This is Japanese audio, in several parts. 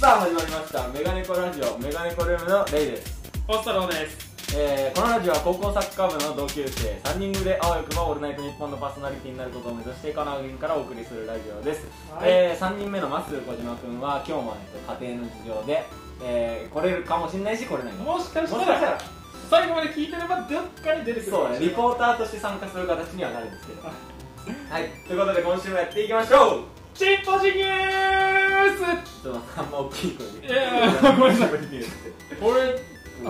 さあ始まりましたメガネコラジオメガネコルームのレイです、ポストローですえー、このラジオは高校サッカー部の同級生3人組であわよくばオールナイトニッポンのパーソナリティになることを目指して神奈川県からお送りするラジオです、はいえー、3人目のマッスル小島君は今日も、えっと、家庭の事情で、えー、来れるかもしれないし来れないかももしかしもたしかしたらら最後まで聞いてればどっかに出てくるそうねリーポーターとして参加する形にはなるんですけどはいということで今週もやっていきましょうチンポジニュースちょっとあんま大きい声でいやいやごめんなさいこれ、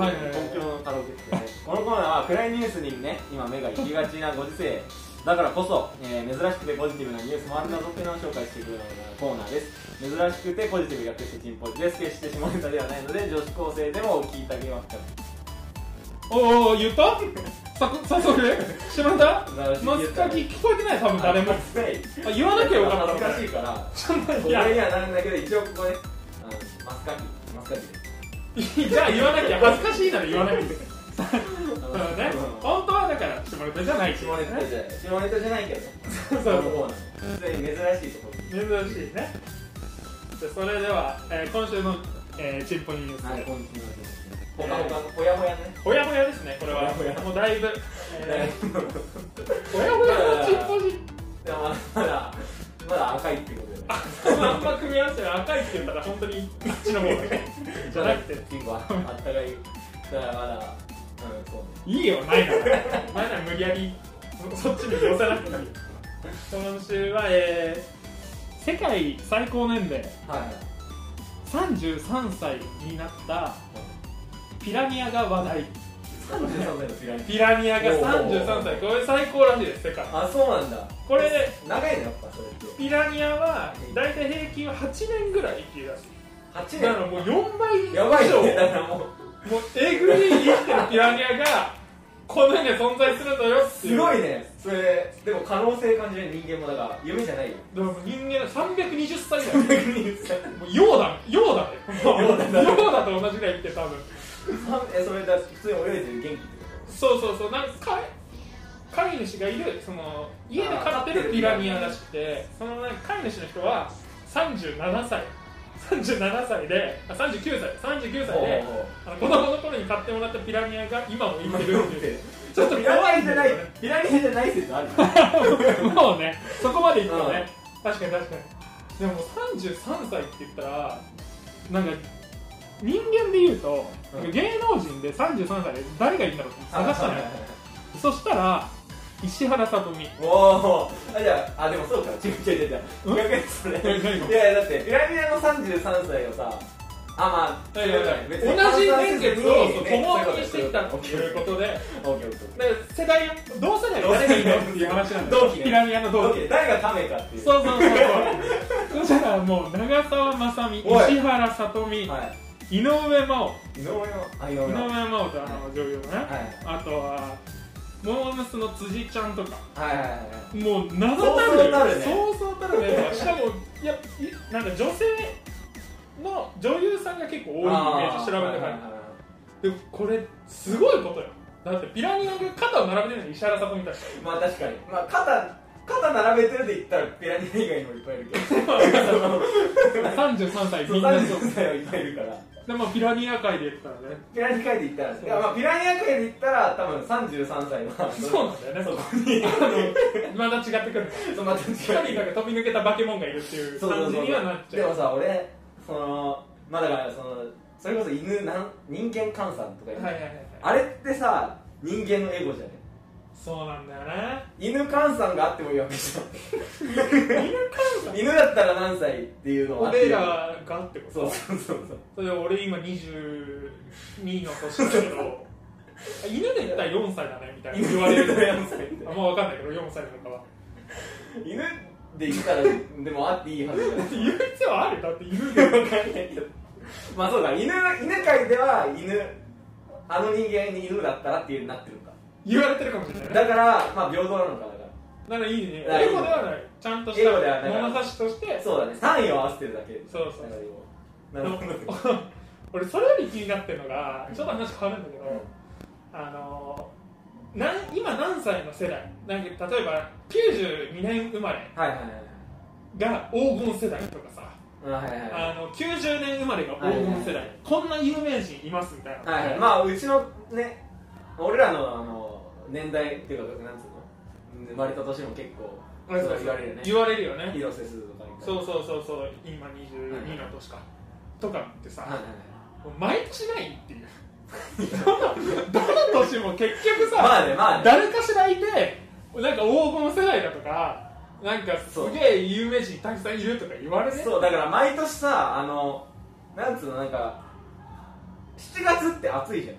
はいはいはい東京のカラオケですよねこのコーナーは暗いニュースにね今目が行きがちなご時世だからこそ、えー珍しくてポジティブなニュースもあるなどっていうのを紹介していくようなコーナーです珍しくてポジティブ略してチンポジです決して下ネタではないので女子高生でも聞いてあげますからおお言ったさこ早速知らんだしいまさかき聞こえてない多分誰もあ言わなきゃよかった恥ずかしいからこいやれにはなるんだけど一応ここねあのマスカキマスカ キですじゃあ言わなきゃ恥ずかしいなら言わなきゃねあのうん本当はだから下ネタじゃないけど下ネタじゃない下ネタじゃないけどそう そそううそうなんです普通に珍しいところ珍しいねじゃあそれでは、えー今週の、えー、チンポニュース、はい、今週のですね。ほかほかのほやほやね。ほやほやですねこれはほやほやもうだいぶ、だいえぶー、ほやほやのチンポジでもまだまだ赤いってことで。あんま組み合わせて赤いって言ったら本当にあっちの方だけじゃなくてピンクはあったかい。だからまだうんそうね。いいよないならないなら無理やりそっちに寄せなくていいよ今週は、えー、世界最高年齢はい はい。 33歳になったピラニアが話題三十三歳のピラニピラニアがお33歳ーこれ最高らしいです世界ア。あ、そうなんだ。これで長いねやっぱそれって。ピラニアは大体平均8年ぐらい生きるらし八いだからもう4倍以上やばいね。だからもうもうえぐい生きてるピラニアがこの世には存在するのよって いうすごいね。それでも可能性感じる人間もだから夢じゃ ないよ。でも人間320歳ぐらえいもうヨーダヨーダだよヨーダだヨーダと同じぐらい生きてる多分それだ普通に泳いでる元気ってこそうそうそうなんか飼い飼い主がいるその家で飼ってるピラニアらしくてそのなんか飼い主の人は37歳37歳であ39歳39と。歳でほうほうあの子供の頃に買ってもらったピラニアが今も生きてるっていうちょっとピラニアじゃない、ピラニアじゃない説ある。 もうね、そこまでいったね、確かに確かに。でも33歳って言ったら、なんか人間で言うと、うん芸能人で33歳で誰がいいんだろうって探したのよ。そしたら、石原さとみ。おお、あ、じゃあ、あ、でもそうか、違う違う違う違う。ん逆にそれ。え何いやいや、だって、ピラニアの三十三歳をさ。あ、まあ、別に同じ年月をそうね共にしてきたとそういいううここととねで、オッケーオッケーオッケーで世代を同世代が誰がいいのっていう話なんだよ同期ねピラニアのオ同ッケ期。ー誰が亀かっていう。そうそうそうそう。そしたらもう長澤まさみ、おい石原さとみ、は井上真い。央。井上の、あ、井井上上の。はい。真央とあの女優のね、あとはモームスの辻ちゃんとかはいはいはい。もう名だたそるうそうたるねそうそうたるメンバーしかもいやいなんか女性の女優さんが結構多いイメージ調べてから、でもこれすごいことよだってピラニアが肩を並べてるのに石原さとみ たいい。まあ、確かに。まあ、肩、肩並べてるで言ったら、ピラニア以外にもいっぱいいる けど。そうんな33歳みな三十三歳はいっぱいいるから。でもピラニア界で言ったらねピラニア界で言ったら、いやまあ、ピラニア界で言ったら、多分三十三歳は。そうなんだよねそこに。あの まだ違ってくるそうまた光が飛び抜けた化け物がいるっていう感じにはなっちでゃうもさ、俺、その、まあだから、その、それこそ犬なん、人間換算とか言う、はいはいはいはいあれってさ、人間のエゴじゃね。そうなんだよね犬換算があってもいいわけじゃみんな関ん。犬だったら何歳っていうのはあって俺らがってことそうそうそうそう。それで俺今22の年だけ ど犬で言ったら4歳だねみたいな言われ犬だったらる4歳ってあんま分かんないけど4歳なのかは犬で言ったら、でもあっていいはずじゃん。言う必要あるだって犬でわかんないけど まあそうだ犬犬界では犬あの人間に犬だったらっていうになってるのか言われてるかも しれないねだからまあ平等なのかだかだからいいねだエゴではないちゃんとしエゴではなたい物差しとしてらそうだね3位を合わせてるだけそうそうなるほど 俺それより気になってるのがちょっと話変わるんだけど、あのなん今何歳の世代なんか例えば92年生まれはいはいはいが黄金世代とかさうんはいはいはいあの90年生まれが黄金世代、はいはいこんな有名人いますみたいな、はい、まあうちのね俺らのあの年代っていうかなんつうの生まれた年も結構そうそう言われるよね言われるよね広瀬すずとかにそううそうそうそう今22の年か、とかってさ、はいはいはいもう毎年ないっていう どの年も結局さ、まあねまあね誰かしらいてなんか黄金世代だとかなんかすげえ有名人たくさんいるとか言われねそうだから毎年さあのなんつうのなんか7月って暑いじゃん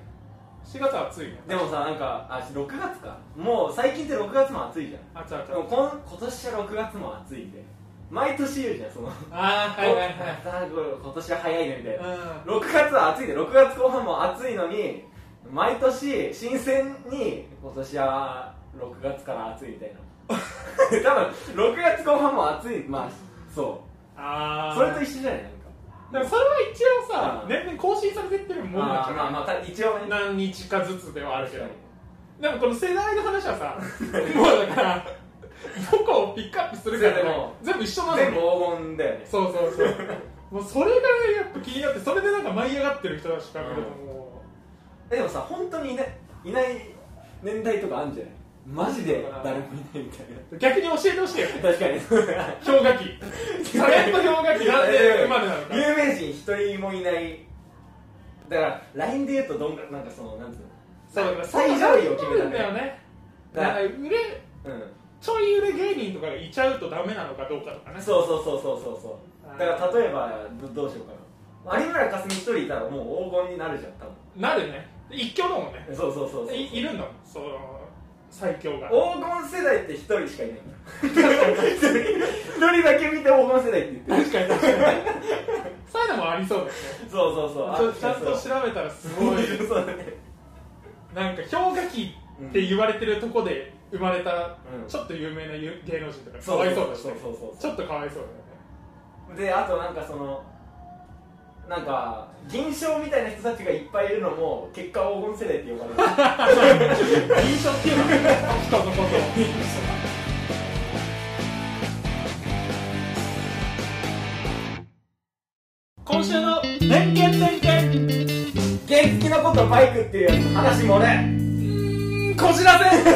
4月は暑いねでもさなんかあ6月かもう最近って6月も暑いじゃん暑い暑いでもこん今年は6月も暑いんで毎年言うじゃんそのああはいはいおまたこれ今年は早いねみたいなは6月は暑いで6月後半も暑いのに毎年新鮮に今年は6月から暑いみたいな 多分6月後半も暑いまあそういああそれと一緒じゃないなんかだからそれは一応さうん年々更新されてってるもんだまあけどまあまあた一応ね何日かずつではあるけど確かでもこの世代の話 はさもうだからどこをピックアップするかそでうでもも全部一緒なの全部黄金だよねそうそうそうもうそれがやっぱ気になってそれでなんか舞い上がってる人たちから見るともえでもさ本当にいないいない年代とかあるんじゃないマジで誰もいないみたいう逆に教えてほしいよねな確かに 氷河期タレント氷河期なんで生まれなのか有名人一人もいないだから LINE で言うとどんなんかそのなんつうのそうだから最上位を決めたんだよねねだだかからら売れうんちょい売れ芸人とかがいちゃうとダメなのかどうかとかねそうそうそうそうそうそうだから例えばどどうしようかな有村架純一人いたらもう黄金になるじゃん多分なるね一強だもんねそうそうそうそういいるんだもんその最強が黄金世代って一人しかいない 一人一人だけ見て黄金世代って言ってる確かに確かにそういうのもありそうですねそうそうそうあちょちゃんとそう調べたらすごいそうだねなんか氷河期って言われてるとこで生まれたうんちょっと有名なゆ芸能人とかかそうわいそうだしそうねそうそうちょっとかわいそうだよねであとなんかそのなんか銀賞みたいな人たちがいっぱいいるのも結果黄金世代って呼ばれる印象っていうのは人のことを今週の「年間年間原付のことバイクっていうやつの話もね」こじらせんこ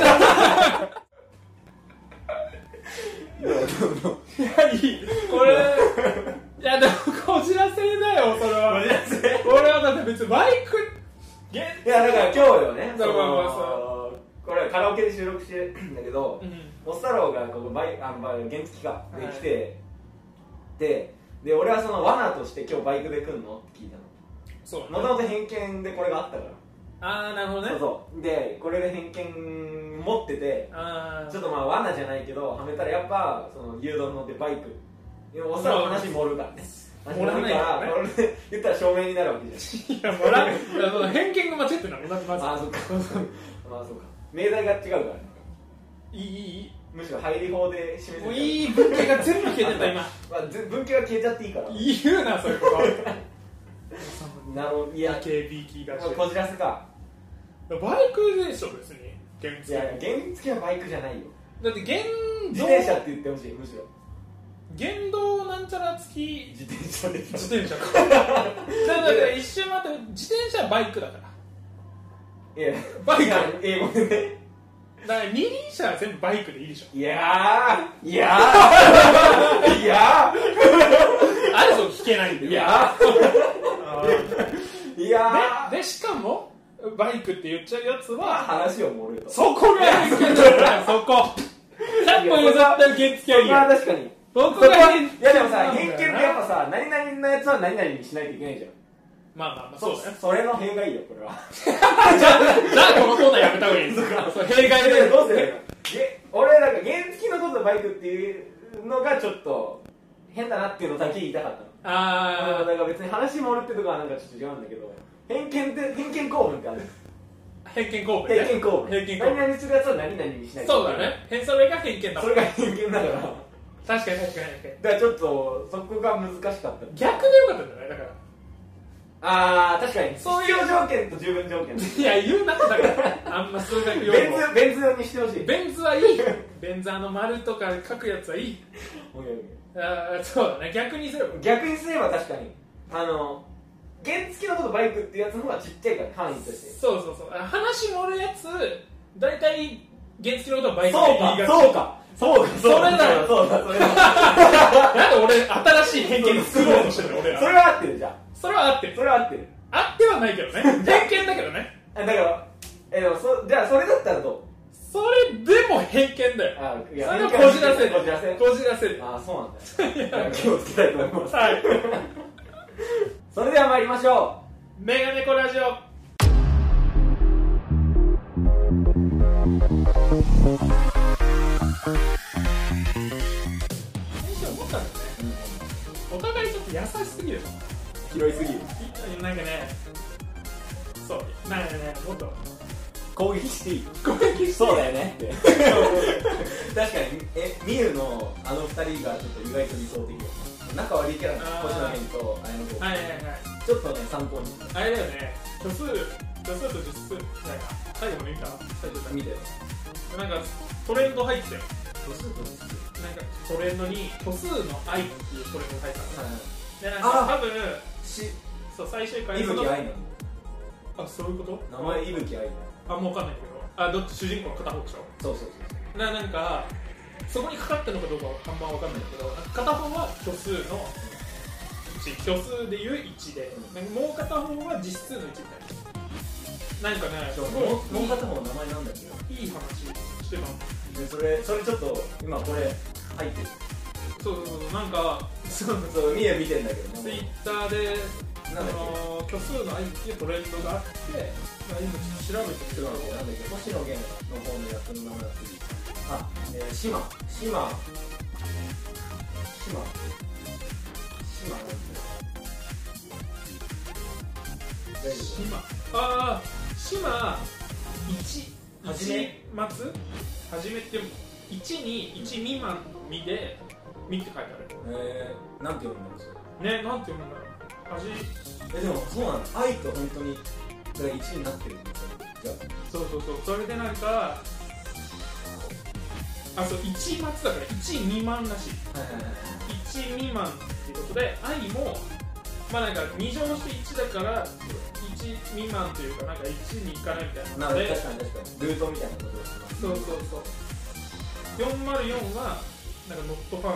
れいやでもこじらせだよそれはこじらせ俺はだって別にバイクゲいやだから今日よねそだからまあまあのこれカラオケで収録してるんだけど、うんおっさろうがここバイあまあ原付かで来て、でで俺はその罠として今日バイクで来んのって聞いたのそうねもともと偏見でこれがあったからああなるほどねそうそうでこれで偏見持っててああちょっとまあ罠じゃないけどはめたらやっぱその誘導乗ってバイクいやおっさんの話盛るからね話盛るから盛らないからねこれで言ったら証明になるわけじいやもらいやその偏見が間違ってるのは同じゃん あまあそっかまあそっか命題が違うからねずいいいいいむしろ入り法で示せいもういい文系が全部消えてた今まあ、ず文系は消えちゃっていいから言うなそういうことなるほどいや AKB キーだしこじらせかバイクでしょ別に原いや付原付はバイクじゃないよだって原自動転車って言ってほしいむしろ原動なんちゃら付き自転車で自転車かだから一瞬待って自転車はバイクだから いやバイクいや英語でねだから二輪車は全部バイクでいいでしょいやーいやーいやあれそう聞けないんだーよいやーいやーででしかもバイクって言っちゃうやつまあは話を盛ると。そこが偏見だよそこ3本譲ったら原付はいいまあよ確かに。そそここがは偏見いやでもさ、なんだ偏見よっなてやっぱさ、何々のやつは何々にしないといけないじゃん。まあまあまあそうですねそれの弊害よ、これは。じゃあじゃあこのコーナーやめた方がいいですそう弊害でどうすればいいのげ俺、なんか原付のことバイクっていうのがちょっと変だなっていうのだけ言いたかったの。あだから別に話盛るってとこはなんかちょっと違うんだけど、偏見って、偏見公文ってある。あ偏見公文ね偏見公文。偏見公何文々するやつは何々にしないとそうだ。ね偏それが偏見だ そもんれが偏見だから。だか確かに確かに確かにらちょっと、そこが難しかった。逆でよかったんじゃないだからあー、確かに。そういう必要条件と十分条件。いや言うなだからあんま数学用ベン語ズベンズにしてほしい。ベンズはいいベンズあの丸とか書くやつはいいオッケーオッケあーそうだね逆にすれば逆にすれば確かにあの原付のことバイクっていうやつの方がちっちゃいから範囲としてそうそうそうあの話盛るやつ大体原付のことはバイクそうかそうかそうかそれだよそうだそれだなんで俺新しい偏見作ろうとしてるの俺そられは合ってるじゃんそれはあってるそれは合ってるあってはないけどね偏見だけどねあだからえでもそじゃあそれだったらどうそれでも偏見だよあいそれやはこじらせるこじらせるこじらせるあそうなんだよ気をつけ たいと思いますはいそれでは参りましょメガネコラジオ最初思ったんだよねお互いちょっと優しすぎるう拾いすぎるなんかねそうなんかねもっと攻撃していい攻撃してそうだよねって確かにえミユのあの二人がちょっと意外と理想的よ仲悪いキャラあーの星野源と綾野剛はいはいはいちょっとね参考にあれだよね虚数虚数と実数みたいな最後の見た最初だ見てよけなんかトレンド入ってたよどうすると思うなんかトレンドに虚数の愛っていうトレンド入ってたのでなんあか多分しそう最終回伊そ吹の愛のあそういうこ名前伊吹愛のとあもう分かんないけどあどっち主人公の片方でしょそうそうななんかそこにかかったのかどうかはあんま分かんないけどなんか片方は虚数の1虚数でいう1で、なんかもう片方は実数の1みたいななんかねすそうごもうもうい片方の名前なんだけいいいい話してたのどでそれそれちょっと今これ入ってるそうそうそうなんかそうそうミユ見てんだけどツイねッターでそなんだっの虚数の愛っていうトレンドがあって、まあ、今ちょっと調べてみけちてょもっと待ってなんだっけ星野源の方の役の名前だ次あえー島島島島なんて大丈夫島ああ島一はじめ一松はじめって1に1未満の未で「み」って書いてあえー、なんて読んだんですかるねなんて読むんだろうはじえでもそうなの愛と本当にそれが1になってるんですよじゃそうそうそうそれでなんかあそう1松だから1未満らしいあはいはいはい1未満っていうことで愛もまあなんか2乗して1だから1未満というかなんか1に行かないみたいななのるでほど確かに確かにルートみたいなことですねそうそうそう404はなんかノットファウン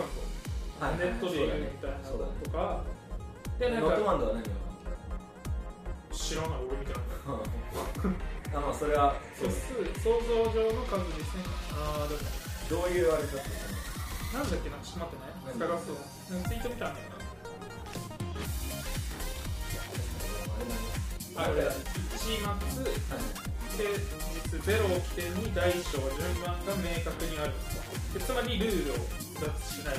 はいドネットそでいううだねみたいなそうだねとかでなんノットかマンドは何が知らない俺みたいなあまあそれはそう素数想像上の数ですねああでもどういうあれだったのなんだっけなちょっと待っ何てね探そうなんかツイート見たんだよなああこれれだだね1マックスではい実0を起点に大小順番が明確にあるでつまりルールを脱しないはい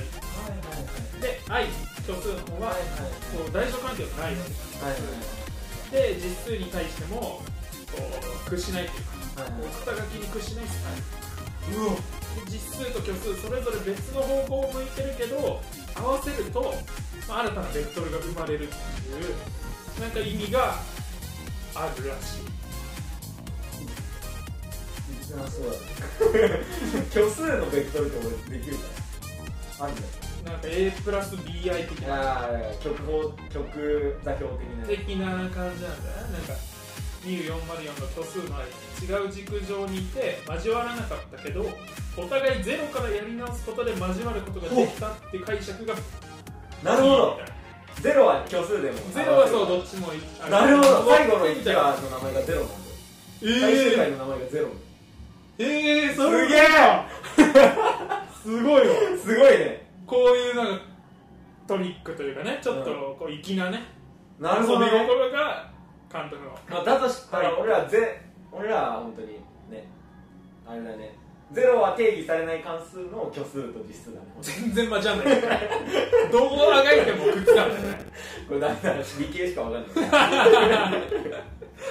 はいで愛虚数の方はこう大小関係がないわけじゃはんいはいはいで実数に対してもこう屈しないというかはいはい肩書きに屈しないですうわで実数と虚数それぞれ別の方向を向いてるけど合わせると、まあ、新たなベクトルが生まれるっていうなんか意味があるらしいあそうだね虚数のベクトルって俺できるからあるんだよなんか A プラス BI 的いなやー曲法曲座標的な的な感じなんだよねなんか2404の虚数の愛違う軸上にいて交わらなかったけどお互いゼロからやり直すことで交わることができたって解釈がなるほどゼロは虚数でもゼロはそうどっちもいいなるほど最後のみ1たいな話の名前がゼロなんだよえ最終ー回の名前がゼロえー、すげえすごいわすごいねこういうなんかトリックというかねちょっとこう粋なねなるほど遊びね心が監督のまあだとしたら俺らゼ俺らは本当にねあれだねゼロは定義されない関数の虚数と実数だね全然交わんないどうあがいてもくっつかんないねこれだめだ理系しかわかんない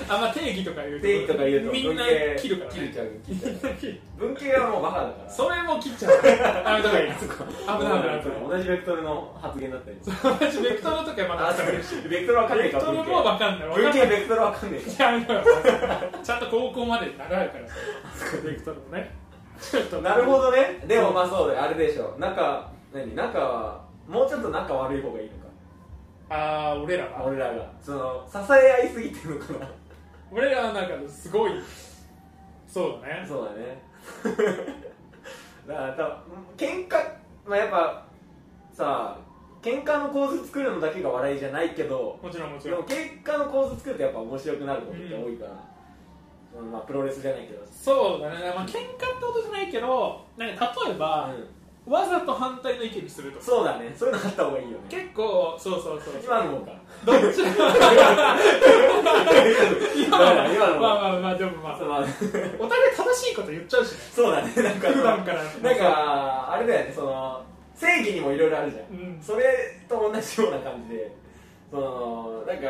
あまあ定義とか言うと定義とか言うとみんな文系切るから、ね、切れちゃう切れちゃう文系はもうバカだからそれも切っちゃうからあめた方がいいそっか危ない危ない危ない同じベクトルの発言だったり私ベクトルとかまだ使えるし ベクトルわかんねベえかクトルも分かんないわかん文ない系ベクトルわかんねえやめろよちゃんと高校まで習うからさベクトルもねちょっかとなるほどねでもまあそうだよあれでしょ中何中はもうちょっと仲悪い方がいいのかああ俺らが俺らがその支え合いすぎてるのかな俺らはなんかすごいそうだねそうだねだから多分喧嘩まあやっぱさ喧嘩の構図作るのだけが笑いじゃないけどもちろんもちでろもん喧嘩の構図作るとやっぱ面白くなることって多いから、うんまあプロレスじゃないけどそうだね、まあ喧嘩ってことじゃないけどなんか例えば、わざと反対の意見にするとかそうだねそういうのあった方がいいよね結構そうそうそう今のもかどっちも今の今のもまあまあまあでもまあそうまあお互い正しいこと言っちゃうしねそうだねなんか普段からなんかあれだよねその正義にもいろいろあるじゃん、うんそれと同じような感じでそのなんか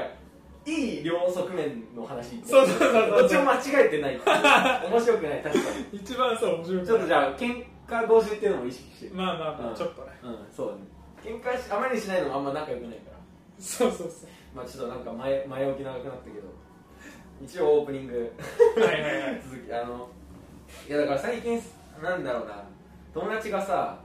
いい両側面の話そうそうそうそうどっちも間違えてないっていう面白くない確かに一番そう面白 いちょっとじゃあ喧嘩同士っていうのも意識してまあまあまあ、うんちょっとねうんそうだね喧嘩しあまりにしないのもあんま仲良くないからそうそうそまあちょっとなんか前前置き長くなったけど一応オープニングうはいはいはい続きあのいやだから最近なんだろうな友達がさ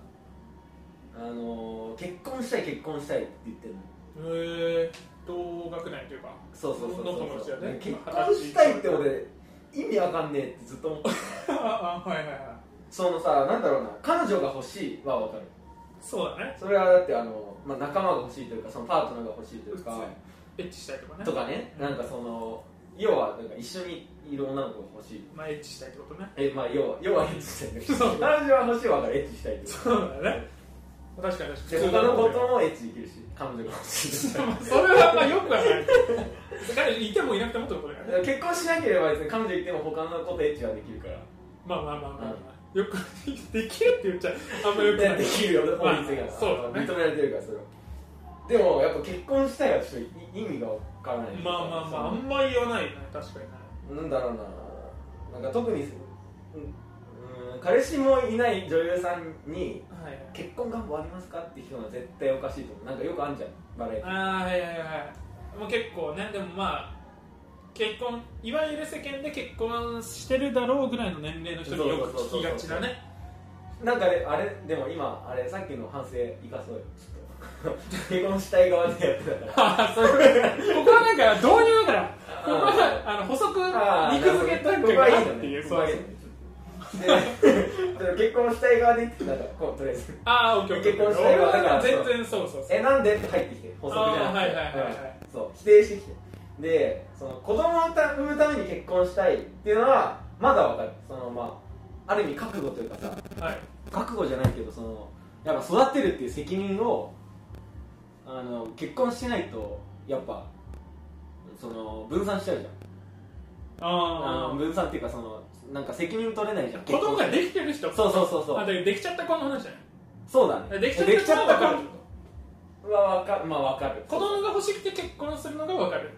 あの結婚したい結婚したいって言ってるのえー、同学年というかそうそうそうどこのうちそう、だね結婚したいって俺意味わかんねえってずっと思ってた ああはいはいはいそのさなんだろうな彼女が欲しいはわかるそうだねそれはだってあの、まあ、仲間が欲しいというかそのパートナーが欲しいというかエッチしたいとかねとかねなんかその要はなんか一緒にいる女の子が欲しいまあエッチしたいってことねえまあ要は要はエッチしたいんだけどそう彼女は欲しいはわかるエッチしたいっていうそうだね確かに確かでに他のこともエッチできるし彼女が欲しい ですそれはまあよくはない彼いてもいなくてもってことだよね結婚しなければ別に彼女いても他のことエッチはできるからまあまあまあまあ、まあ、よくできるって言っちゃあんまよくないできるよ法律が、まあそうだね認められてるからそれはでもやっぱ結婚したいはちょっと意味がわからないまあまあまああんま言わないよね確かにねそのなんだろうななんか特にうんうん彼氏もいない女優さんにはいはい結婚願望ありますかって聞くのは絶対おかしいと思うなんかよくあんじゃんバラエティああはいはいはいもう結構ねでもまあ結婚いわゆる世間で結婚してるだろうぐらいの年齢の人によく聞きがちだねなんかね、あれ、でも今、あれ、さっきの反省、生かそうよ、ちょっと。 結婚したい側でやってたから。あーそういうことここはなんか導入だからここはあの補足あー肉付けとないるうほどここかはいいなよっていうね。こそこはういいそようねで結婚したい側で言ってたから、こうとりあえず。ああオッケーオッケー結婚したいわ俺は全然そうそうそうえ、なんでって入ってきて、補足じゃなくて。あーはいはいはいうはいんそう、否定してきて。で、その子供を産むために結婚したいっていうのは、まだわかる。そのまあ、ある意味覚悟というかさ、はい覚悟じゃないけどそのやっぱ育てるっていう責任をあの結婚してないとやっぱその分散しちゃうじゃんあのああ分散っていうかそのなんか責任取れないじゃん子供が結婚してできてる人そうそうそうそあうでできちゃった子の話じゃそうだないねできちゃった子は分かる子はわかまあわかる子供が欲しくて結婚するのが分かる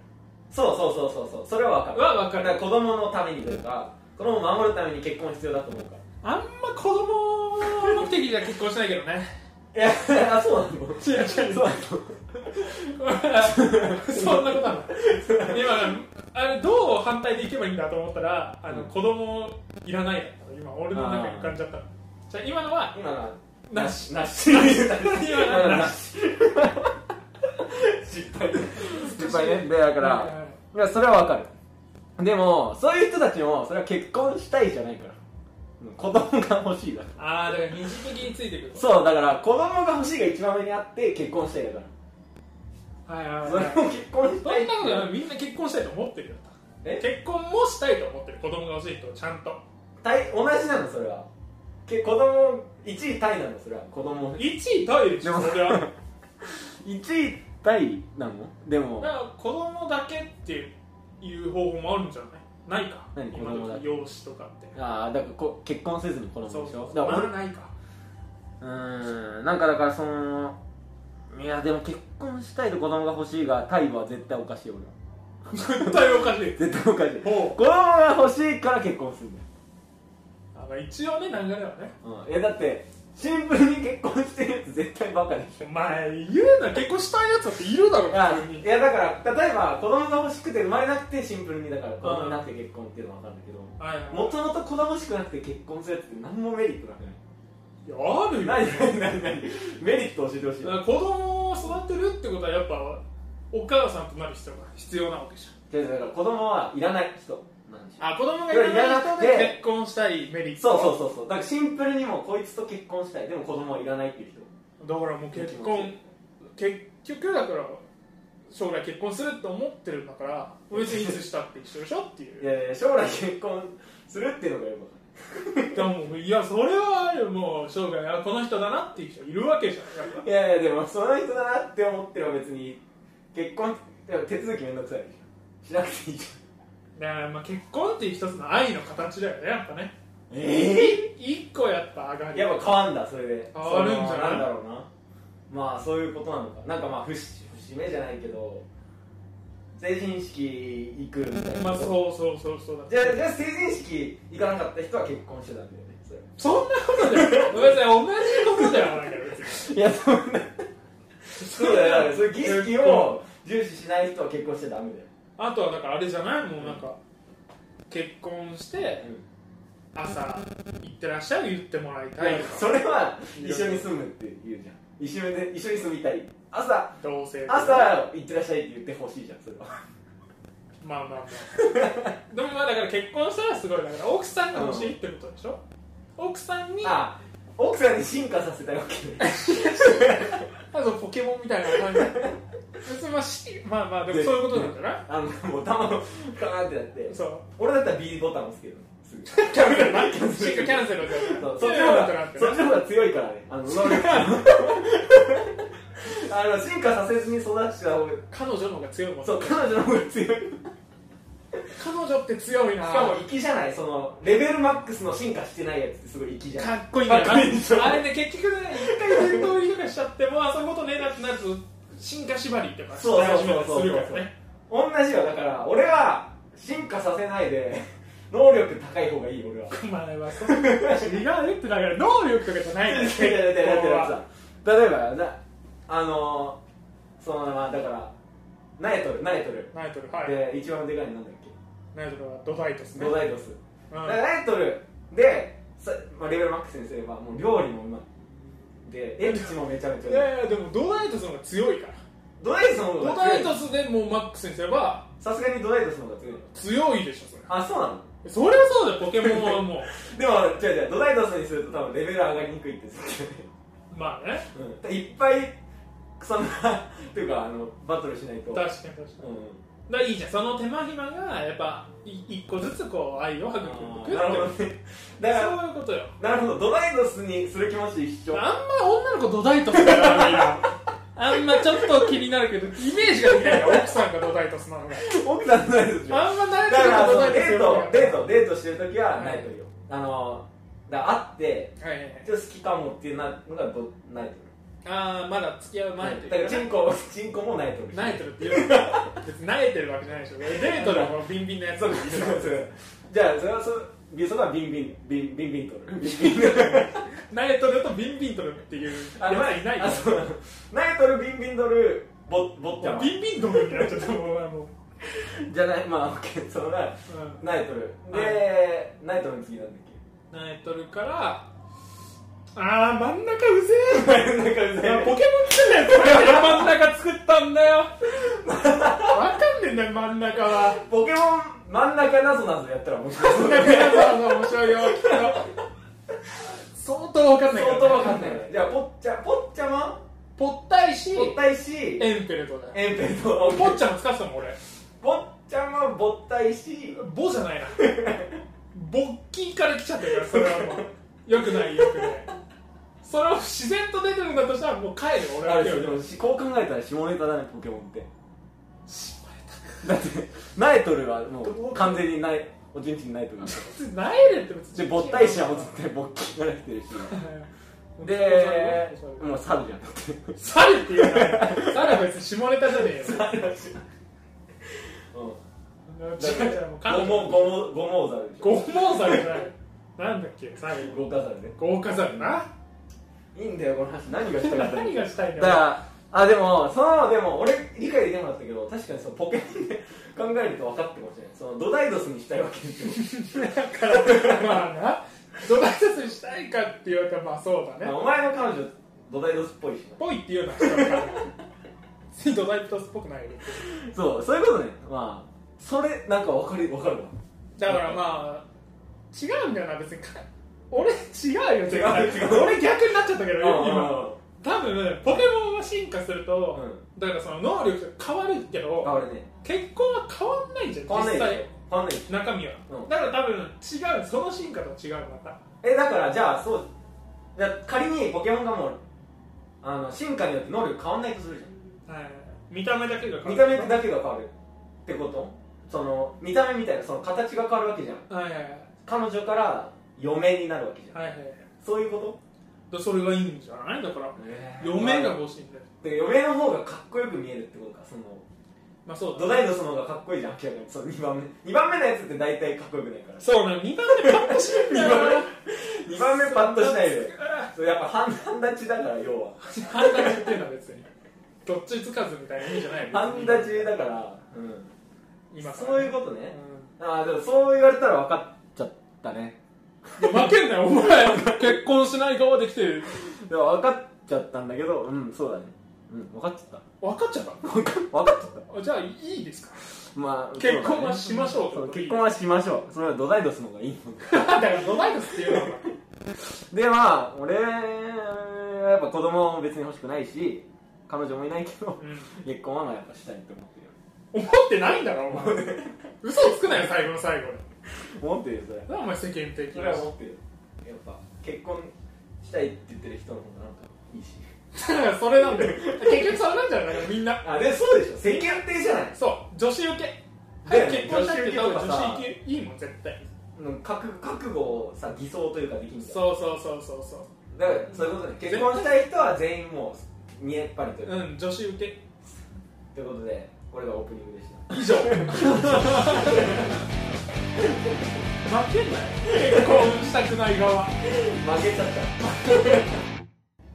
そうそうそうそうそうそれはわかるは分かだからる子供のためにというか子供を守るために結婚必要だと思うからあんま子供目的じゃ結婚しないけどねいや あそうなの違う違うそうなのそんなことはない今あれどう反対でいけばいいんだと思ったらあの、うん子供いらないだった今俺の中に浮かんじゃったのじゃあ今のは今のは なしなし今今のはなしし失敗失敗ねでだかはいらはいいやそれはわかるでもそういう人たちもそれは結婚したいじゃないからうん子供が欲しいだかああだから二次的についてくるらそうだから子供が欲しいが一番上にあって結婚したいだかはいはいら はいそれも結婚しそたいんなことはみんな結婚したいと思ってるよえ結婚もしたいと思ってる子供が欲しい人はちゃんとたい同じなのそれはけ子供1位タイなのそれは子供1位タイでしょそれはだか1位タイなのでもら子供だけっていう方法もあるんじゃないないか何今子供だのけ養子とかってああだからこ結婚せずに子供でしそょうそうだから俺まあないかうーんなんかだからそのいやでも結婚したいと子供が欲しいがタイは絶対おかしい俺は絶対おかしい絶対おかしい子ほ供が欲しいから結婚するんだうあまあ一応ね流れはねよ、うん、えだってシンプルに結婚してるやつ絶対バカでしお前言うな結婚したいやつだっているだろょいや普通にいやだから例えば子供が欲しくて生まれなくてシンプルにだから子供になって結婚っていうのは分かるんだけどはいはいもともと子供欲しくなくて結婚するやつって何もメリットなくないいやあるよ何何何何メリット教えてほしいだから子供を育てるってことはやっぱお母さんとなる必要が必要なわけじじゃあだから子供はいらない人なんでしょゃんあ子供がいらない人いやいらなくでて結婚したいメリットそうそうそうそうだからシンプルにもうこいつと結婚したいでも子供はいらないっていう人だからもう結婚結局だから将来結婚するって思ってるんだから別にいつしたって一緒でしょっていういやいや将来結婚するっていうのがよくわかでもいやそれはもう生涯あこの人だなっていう人いるわけじゃんやっぱるいやいやでもその人だなって思っては別に結婚いや手続きめんどくさいでしょしなくていいじだからまあ結婚っていう一つの愛の形だよねやっぱねゃんえ一個やっぱ上がりやっぱ変わんだそれで変わるんじゃないそのんだろうなまあそういうことなのかなんかまあ節節目じゃないけど成人式行くみたいなまあそうそうそうそうだじゃあじゃあ成人式行かなかった人は結婚してたんだよねそれそんなことだよごめんなさい同じことではないから別にいやそんなそうだよだからそういう儀式を重視しない人は結婚しちゃダメだよ、あとはなんかあれじゃないもうなんか結婚して朝行ってらっしゃい言ってもらいたいいやとかそれは一緒に住むって言うじゃん一緒に一緒に住みたい朝同性とか朝行ってらっしゃいって言ってほしいじゃんそれはまあまあまあでもまあだから結婚したらすごいだから奥さんが欲しいってことでしょ奥さんにああ奥さんに進化させたいわけねとポケモンみたいな感じ別にまあしまあまあでもでそういうことなんじゃないあのもう弾をカーンってやってそう俺だったら B ボタン押すけどねすぐキャンセル進化キャンセルだよそうそそうっいちうのこ方とだがってそっちの方が強いからねあの能力 あの進化させずに育ちた方が彼女の方が強いもんそう彼女の方が強いし彼女って強いなかも粋じゃないそのレベルマックスの進化してないやつってすごい粋じゃないかっこいいんだよなかっこいいでしょあれね結局ね一回戦闘入りとかしちゃってもうあそういうことねえなってなると進化縛りとかそうそうし始めたりするからね同じよだから俺は進化させないで能力高い方がいい俺はお前はそんな違うってだから能力とかじゃないんだ よいやいやいやいやい結婚はや例えばなあのー、そのまあだからナエトルナエトルナイトルはい、で一番でかいのなんだっナイトルはドダイトスけねロダイドス、うんだからナエトルでさ、まあ、レベルマックスにすればもう料理もうまいでエッチもめちゃめちゃうまい いやいやでもドダイトスの方が強いからドダイドスの方ドがダイ強トいスでもうマックスにすればさすがにドダイドスの方が強い強いでしょそれあそうなのそれはそうだよポケモンはもでも違う違うドダイドスにすると多分レベル上がりにくいって言ってたけどねうまあねうんいっぱい草むらっていうかあのバトルしないと確かに確かにうだからいいじゃんその手間暇がやっぱい一個ずつこう愛を育んでんいくなるほどってねだからそういうことよなるほど、ドライドスにする気持ち一あん緒。ま女の子土台とするからダメよあんまちょっと気になるけどイメージができないよ奥さんが土台とすなのが奥さんドライドスじゃんあんまだか、誰からがそ土の台とデすーるのトが、デート、デートしてるときははいないとよ。あの、だから会って、はいはいはいちょっと好きかもっていうのがどないああまだ付き合うと前とだかいら、うチかンコ、チンコもないとるし。なえてるって言うから別になえてるわけじゃないでしょデートでもビンビンのやつそうをか、見そうるかか、そうか。じゃあ、それはそう、そこはビンビン、ビンビンビンとる。ビンビンらなえとるとビンビンとるっていうあまあいないあ、そうなの。ナイトル、ビンビンドル、ぼ、ぼっちゃんは。ビンビンとるになっちゃったもうあのじゃない、まあ、オッケー、そのな、うんナイトル。で、ナイトルの次なんだっけなえとるからあー真ん中うぜなんかう えいやざいポケモン作ったやつなんで真ん中作ったんだよ わかんねえんだよ真ん中はポケモン真ん中なぞなぞやったら面白い真ん中やつは面白いよきっと相当わかんないから相当わかんないじゃあポッチャポッチャマぽったいしンぼったいしエンペルトだよエンペとぽっちゃん使ってたもん俺ぼっちゃマンぼったいしボじゃないな勃起から来ちゃってるからそれはもうよくないよくないそれを自然と出てるんだとしたらもう帰るよ俺あはれでもこう考えたら下ネタだねポケモンってだってナイトルはもう完全にないおちんちんナイトルなんだよなえるって別でぼったいしはもう絶対勃起から来てるしでもう猿じゃんだって猿って言うから猿は別に下ネタじゃね えよゴ違う違うもう彼女モゴモゴモザルでしょゴモウ猿じゃないなんだっけ最後ゴカザルね豪華猿ないいんだよこの話何がしたかったの何がしたいんだかだよらあでもそのでも俺理解できなかったけど確かにそのポケモンで考えると分かってかもしれないそのドダイドスにしたいわけですよだからまあな土台説にしたいかって言われたらまあそうだねまあ お前の彼女土台ドスっぽいしなぽいっていうのは人だから別に土台とっぽくないよそうそういうことねまあそれなんか分かる分かるわだからまあ違うんだよな別にか俺違うよ違違う違う俺逆になっちゃったけど今今多分ポケモンは進化すると、だからその能力が変わるけ変どわるね結婚は変わんないじゃん変わんないで実しょ際変わんないでし中身は、うんだから多分違うその進化とは違うまたょえだからじゃあそうじゃあ仮にポケモンがもうあの進化によって能力変わんないとするじはい見た目だけがゃん見た目だだけが変わるってことその見た目みたいなその形が変わるわけじゃんはいはいはい彼女から嫁になるわけじゃんはいはいそういうことでそれがいいんじゃないだから嫁が欲しいんだよで嫁の方がかっこよく見えるってことかそのまあそうだ土台のその方がかっこいいじゃん明らかにその2番目2番目のやつって大体かっこよくないからそうなの2番目パッとしないんだよ2番目パッとしないでそうやっぱ半半立ちだから要はハンダチっていうのは別にどっちつかずみたいな意味じゃない半立ちだから、うん、今からそういうことね、うああでもそう言われたら分かっちゃったねんいや負けんなよお前結婚しない側できてるでも分かっちゃったんだけどうんそうだねうん分かっちゃっ分かっちゃったた 分か分かっちゃっあじゃあいいですかたまあそうだね結婚はしましょうそう結婚はしましょうそれは土台ドスの方がいいもんだからドバイドスっていうのはでまあ俺はやっぱ子供も別に欲しくないし彼女もいないけど、うん結婚はまあやっぱしたいと思ってるよ思ってないんだろお前嘘つくなよ最後の最後に思ってるよそれ なんでお前世間的それは思ってるよやっぱ結婚したいって言ってる人の方がなんかいいしなそれなんだよ結局それなんじゃないみんなあでそうでしょ世間体じゃないそう女子受けだよ早くね結婚したいって言った方女が子女受子け受けいいもん絶対うん覚覚悟をさ偽装というかできんじゃんそうそうそうそうそうだからそういうことね結婚したい人は全員もう見えっぱりというか、うん、女子受け。ということでこれがオープニングでした以上。負けんなよ。結婚したくない側。負けちゃっ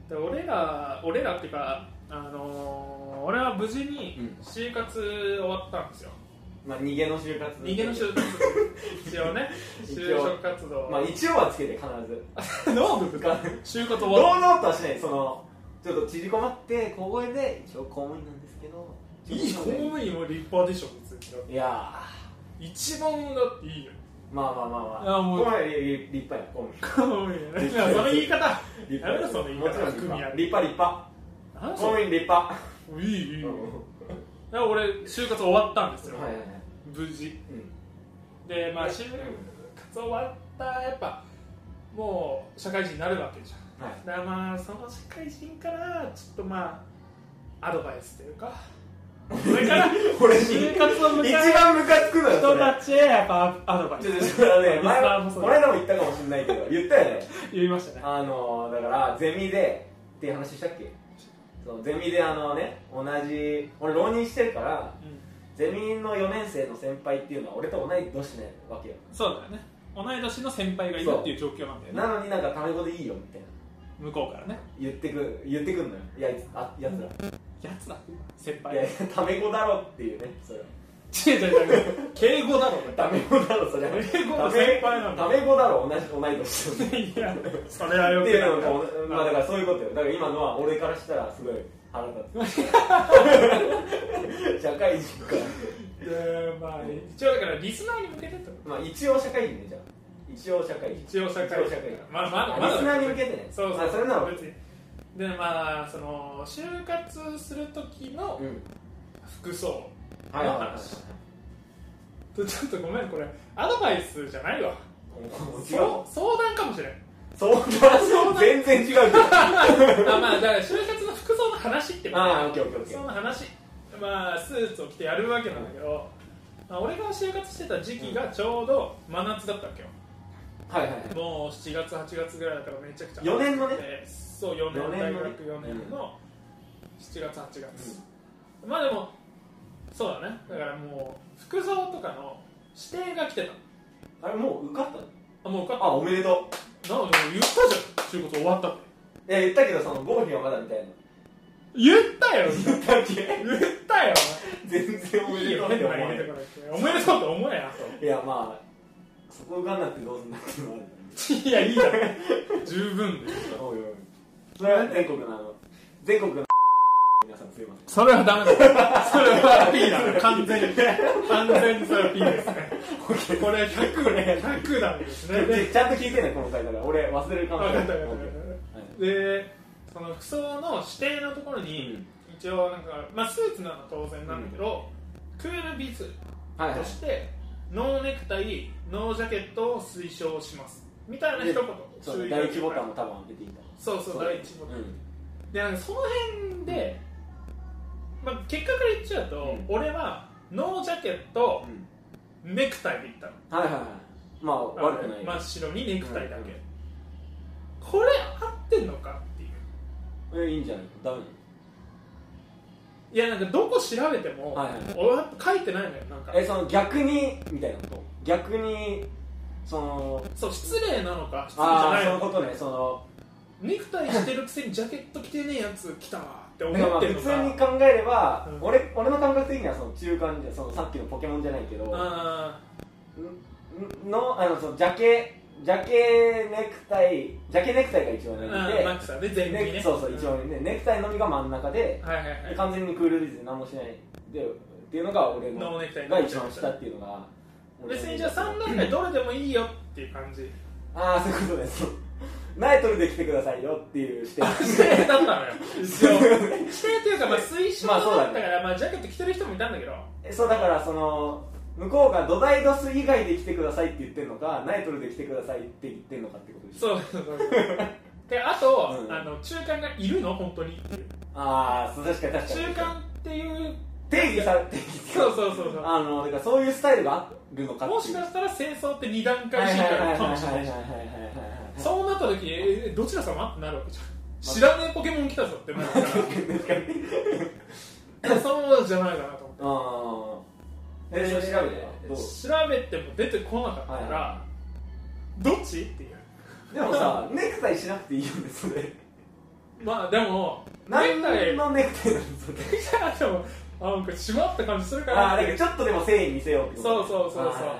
た俺ら、俺らっていうか、あのー、俺は無事にうん就活終わったんですよ。まあ逃げの就活人間の就活、一応ね、 一就応職活動。 まあ一応はつけて必ずなん部活就活終堂わっ々とはしないそのちょっと縮こまって小声で一応公務員なんですけどた。いい公務員は立派でしょ、別に。いや一番だっていいよ。ーまあまあままあいやもう公務員立派や公務員公務員 ね。いやその言い方。立やめろ、その言いもちろ方。ん立組合派。立派立派なん公それ務員立派いい、いい。うんだから俺就活終わったんですよ、はいはいはい無事うんでまあ就活終わったやっぱもう社会人になるわけじゃんはいだからまあその社会人からちょっとまあアドバイスと いうかそれから俺就活を迎え一番ムカつくのよそ人れたちへやっぱアドバイちょっスとそれはねリスナ前ーももそうこの間も言ったかもしれないけど言ったよね言いましたねあのだからゼミでっていう話したっけそうゼミであのね同じ俺浪人してるからうんゼミの4年生の先輩っていうのは俺と同い年なわけよそうだよね同い年の先輩がいるっていう状況なんだよねなのになんかタメ語でいいよみたいな向こうからね言ってく言ってくんのよいやいつあやつらやつだ先いやい輩やタメ語だろっていうねそれは違う違う違う敬語だろお前タメ語 だろそれはタメ語の先輩なんだタメ語だろ同じ同い年っていやそれはよくいなうのいがまあだからそういうことよだから今のは俺からしたらすごい腹 立つ社会人かでまあ一応だからリスナーに向けてってこまあ一応社会人ねじゃあ一応社会と人一応社会一応社会人まあまだあまだリスナーに向けてねそうそうあそれなら別にでまあその就活する時のうん服装はいはいはいはいとちょっとごめんこれアドバイスじゃないわ違うそう相談かもしれん相談全然違うけどあまあだから就活の服装の話ってことああオッケーオッケーオッ服ケ装ーの話まあスーツを着てやるわけなんだけど、まあ、俺が就活してた時期がちょうど真夏だったわけよはいはいはいもう7月8月ぐらいだからめちゃくちゃ4年のねえーそう4四年年大のね学4年の7月8月、まあでもそうだねだからもう服装とかの指定が来てたあれもう受かったのあもう受かっあおめでとたなのでもう言ったじゃん就活終わったってういや言ったけどその合否はまだみたいな言ったよ言ったっけ言ったよ全然おめいいでとようっ変てな思わ意ない味だからっておめでとうって思えやいやまあそこ浮かんなくてどうすんだっていうのはあるいやいいじゃん十分ですおいおいそれは全国のあの全国の皆さんすいませんそれはダメだそれは P だね完全に完全にそれは P ですねこれ100ね100なんですねででちゃんと聞いてねこの回だから俺忘れるかもし分れなかいった分かっうんたでその服装の指定のところうにん一応なんかまあスーツなのは当然なんだけどクールビズはいはいとしてノーネクタイノージャケットを推奨しますみたいな一言そう注意第一ボタンも多分開けていいんだろそうそう第一ボタンでなんかその辺で、まあ、結果から言っちゃうと、うん俺はノージャケットうん、うんネクタイで行ったのはいはいはいまあ悪くない真っ白にネクタイだけ、うんうんこれ合ってんのかっていうえいいんじゃないダメなのいやなんかどこ調べても、はいはい俺は書いてないのよなんかえその逆にみたいなこと逆にそのそう失礼なのか失礼じゃああないそういのうかことねそのネクタイしてるくせにジャケット着てねえやつ来たわって思だからまっあて普る通のかに考えれば、うん俺俺の感覚的にはその中間でそのさっきのポケモンじゃないけど、あんんのあのそのジャケジャケネクタイジャケネクタイが一番ー上にあーマックさんね全いて、部にねねそうそう一番上にね、ネクタイのみが真ん中ではいはいはいで完全にクールビズで何もしないでっていうのが俺のノーネクタイが一番下っていうのが俺の別にじゃあ3段階どれでもいいよっていう感じああそういうことですナイトルで来てくださいよっていう 視点指定 だったのよ一応指定というかまあ推奨まあそうだだねったからまあジャケット着てる人もいたんだけどえそうだからその向こうが土台ドス以外で来てくださいって言ってるのかナイトルで来てくださいって言ってるのかってことでしょそうそうそう であと、うんあの中間がいるの本当にっていうああそう確かに確かに中間って いう定義さ定義さそうそうそうそうあのだからそういうスタイルがあるのかもっていしうかしたら戦争って2段は階い進はいはいはいは化いかもしれははないいいしはい そうなった時えどちら様ってなるわけじゃん知らねえポケモン来たぞって なるか確かにらそうじゃないかなと思ってああえそれ調べてどう調べても出てこなかったから、はいはどっちっていうでもさネクタイしなくていいよねそれまあでも何ネクタイのネクタイなのそれいやでもあなんか締まった感じするかあらあなんかちょっとでも誠意見せようってことそうそうそうそうはいはいはい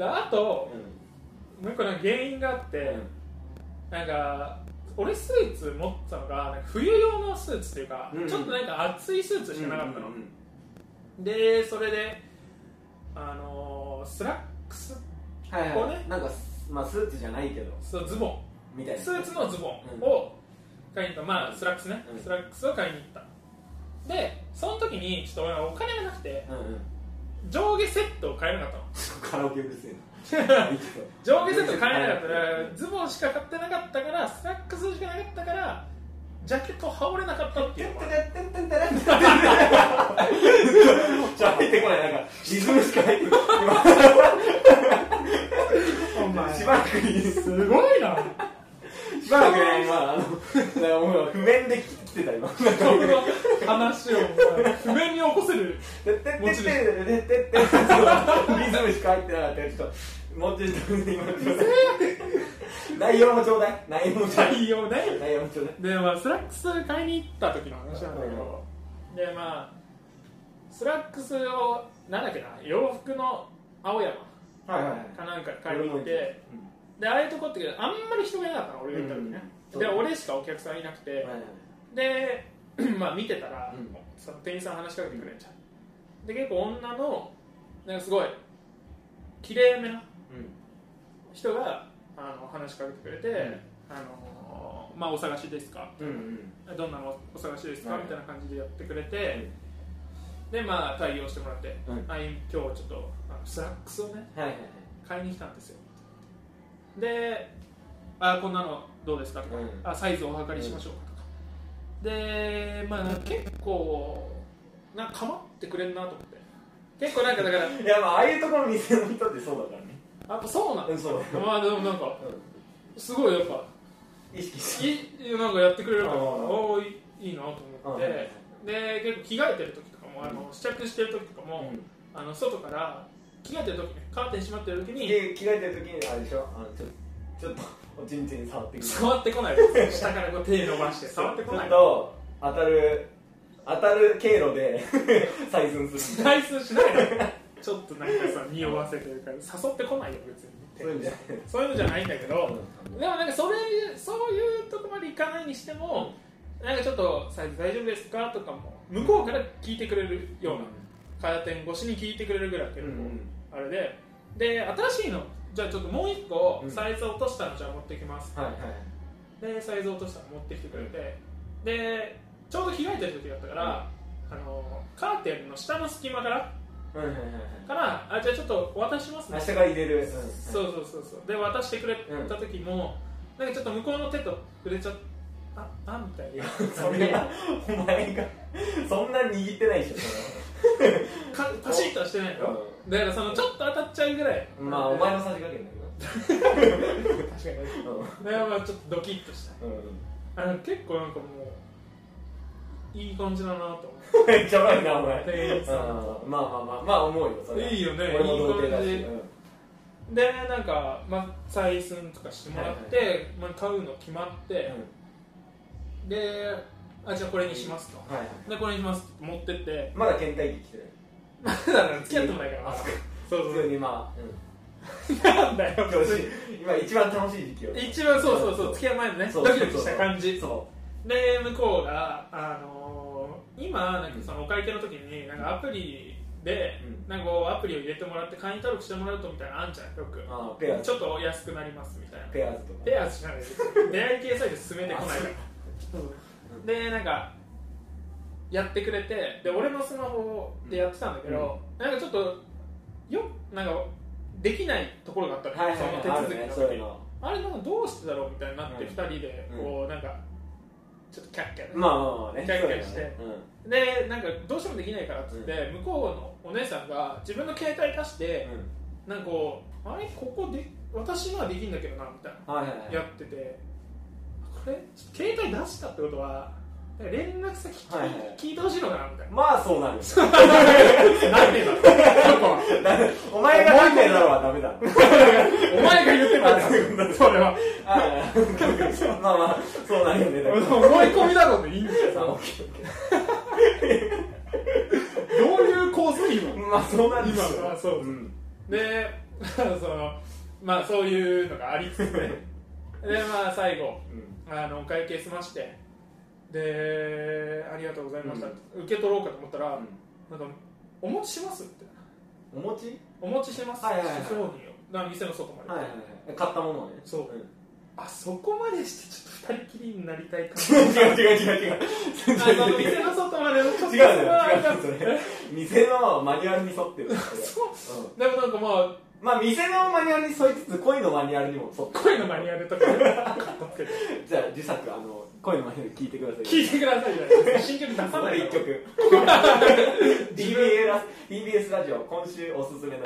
あとはいもう一個なんか原因があって、うんなんか俺スーツ持ってたのがなんか冬用のスーツっていうか、うんちょっとなんか暑いスーツしかなかったの、うんうんうんでそれであのースラックスはいここはねいなんかまあスーツじゃないけどそうズボンみたいなスーツのズボンを買いに行った、まあスラックスね、うんスラックスを買いに行ったでその時にちょっと俺はお金がなくてうんうん上下セットを買えなかったのカラオケうるせえな上下セット買えなかったかうらんズボンしか買ってなかったからスラックスしかなかったからジャケットを羽織れなかったっていうのがじゃ入ってこないなんかリズムしか入ってこないしばらくしすごいなばらくね今あのなんかもう譜面で来てた今この話をお前不便に起こせるてってってってってってってリズムしか入ってなかったやつともうちょい今ちょうだい内容もちょうだい内容もちょうだい対応ね内容もちょうだいでまあスラックス買いに行った時の話なんだけど、でまあスラックスをなんだっけな洋服の青山はいはいはいかなんかで買いに行ってでああいうとこってけどあんまり人がいなかったの俺が行った時ね、うんで俺しかお客さんいなくて、で まあ見てたら、うんその店員さん話しかけてくれんじゃんで結構女のなんかすごい綺麗めな人があの話しかけてくれて、あのまあ、お探しですかうんうんどんなのお探しですか、はいみたいな感じでやってくれて、でまあ対応してもらって、うんあ今日ちょっとあのスラックスをねはいはいはい買いに来たんですよであこんなのどうですかとか、うんあサイズお測りしましょうかとか、でまあなんか結構なんか構ってくれるなと思って結構なんかだからいやまあああいうところの店の人ってそうだからねやっぱそうなんうでんすそうよまあでもなんかすごいやっぱ意識していなんかやってくれるからあーおーいいいなと思って、うんで結構着替えてる時とかもあの試着してる時とかも、うあの外から着替えてる時ねカーテン閉まってる時んにで着替えてる時にあれでしょあのちょっとちょっとおちんちん触ってくる触ってこないです下からこう手伸ばして触ってこないちょっと当たる当たる経路で採寸する回数しないでちょっとなんかさ匂わせてるから誘ってこないよ別そういうんにじゃないそういうのじゃないんだけど、でもなんかそれそういうとこまでいかないにしても、なんかちょっとサイズ大丈夫ですかとかも向こうから聞いてくれるようなカーテン越しに聞いてくれるぐらい結構うんうんあれで、で新しいのじゃあちょっともう一個うんサイズ落としたのじゃあ持ってきます、はいはいでサイズ落としたの持ってきてくれてでちょうど着替えてる時だったから、あのカーテンの下の隙間からはいはいはいはいからあじゃあちょっとお渡ししますね明日から入れる、うん、そうそうそうそうで渡してくれた時も、なんかちょっと向こうの手と触れちゃっああみたいなそれがお前がそんな握ってないでしょそかパシッとはしてないれはよ、だからそのちょっと当たっちゃうぐらいまあお前もさじ加減だ確かにけどだからまあちょっとドキッとしうん、たあの結構なんかもういい感じだなと思ってうん、めっちゃうまいなお前店員さんうんまあまあまあまあ思うよそれはいいよね俺も童貞だしいい感じでなんか、まあ、採寸とかしてもらって、はいまあ、買うの決まって、であじゃあこれにしますと、うんはいはいでこれにしますって持ってってまだ倦怠期来てないまだ付き合ってもないからまだあそうそ普うそ通うにまなんだよあ、うん、今一番楽しい時期よ一番そうそうそう付合き合う前のねそドうそうキドキした感じそで向こうがあのー今なんかそのお会計の時になんかアプリで、うんなんかこうアプリを入れてもらって会員登録してもらうとみたいなのあんじゃんよくうあペアーズちょっとお安くなりますみたいなペアーズとかペアーズじゃないです出会い系サイト進めてこないからうでなんかやってくれてで俺のスマホでやってたんだけど、なんかちょっとよなんかできないところがあったの、はいはいはいそのあ手続きるねの時そういうのあれなんかどうしてだろうみたいになってうん2人でこう、なんかちょっとキャッキャで、まあまあまあねキャッキャしてそうだよねうんでなんかどうしてもできないからっつって、向こうのお姉さんが自分の携帯出して、なんかこうあれここで私のはできんだけどなみたいなはいはいはいやっててこれ携帯出したってことはなんか連絡先聞,、はいいはい聞いてほしいのかなみ たいまあそうなるよななんでだろうお前が何回だろうはダメだろお前が言ってたんだよそれはああまあまあそうなるよねだから思い込みだろうでいいんだよさ どオッケーオッケういう構図ー今まあそうなるよ今はそううんでそのまあそういうのがありつつねでまあ最後うんあのお会計済ましてでありがとうございました、受け取ろうかと思ったら、なんかお持ちしますってお餅お持ちしてます、はいはいはい商品をだから店の外まで、はいはいはい買ったものをねそうんあそこまでしてちょっと二人きりになりたい感違うじ違う違う違う あその店の外までちょっと違うのよ違うそれのはよそれ店のマニュアルに沿ってる そうそれうんでもなんかまあまあ店のマニュアルに沿いつつ恋のマニュアルにも沿って恋のマニュアルとか買ったんですけじゃあ自作あの恋のマニュアル聞いてくださいど聞いてくださいじゃないですか新曲出さここなでい一曲 TBS ラ TBS ラジオ今週おすす めの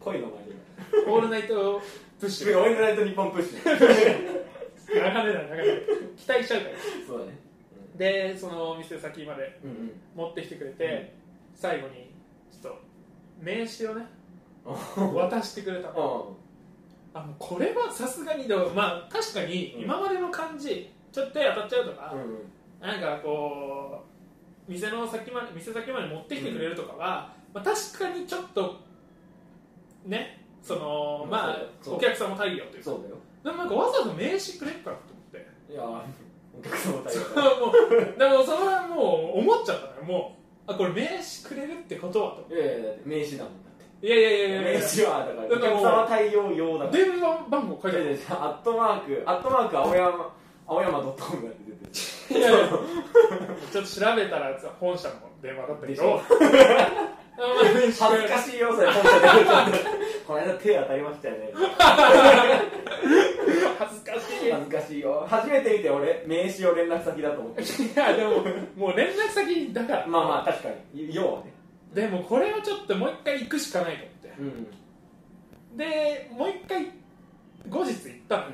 恋のマニュアオールナイトプッシルュオイルナイト日本プッシ ュ流れない流れない 期待しちゃうからそうだねでそのお店先までうんうん持ってきてくれて、最後にちょっと名刺 をねお渡してくれたのおあもうこれはさすがにでもまあ確かにうん今までの感じ、ちょっと手当たっちゃうとかう、んうんなんかこう店の先まで店先まで持ってきてくれるとかは、まあ、確かにちょっとねそのうんまあそうお客さんも対応というかそうだよでもなんかわざわざ名刺くれるかなと思っていやーお客様対応 それはもうでもそれはもう思っちゃったのよもうあこれ名刺くれるってことはといやいやいやだって名刺だもんだっていやいやいやいやい名や刺はだからおだか客らもう様対応用だから電話番号書いいてあやいるやいやアットマークアットマーク青山青山ドットコムだって 出てるいやいやちょっと調べたら本社の電話だったけでしどょ 恥恥ずかしいよそれ本社で この間手当たりましたよね恥ずかしい恥ずかしいよ初めて見て俺名刺を連絡先だと思っていやでももう連絡先だからまあまあ確かに要はねでもこれはちょっともう一回行くしかないと思ってうんうんでもう一回後日行ったのよ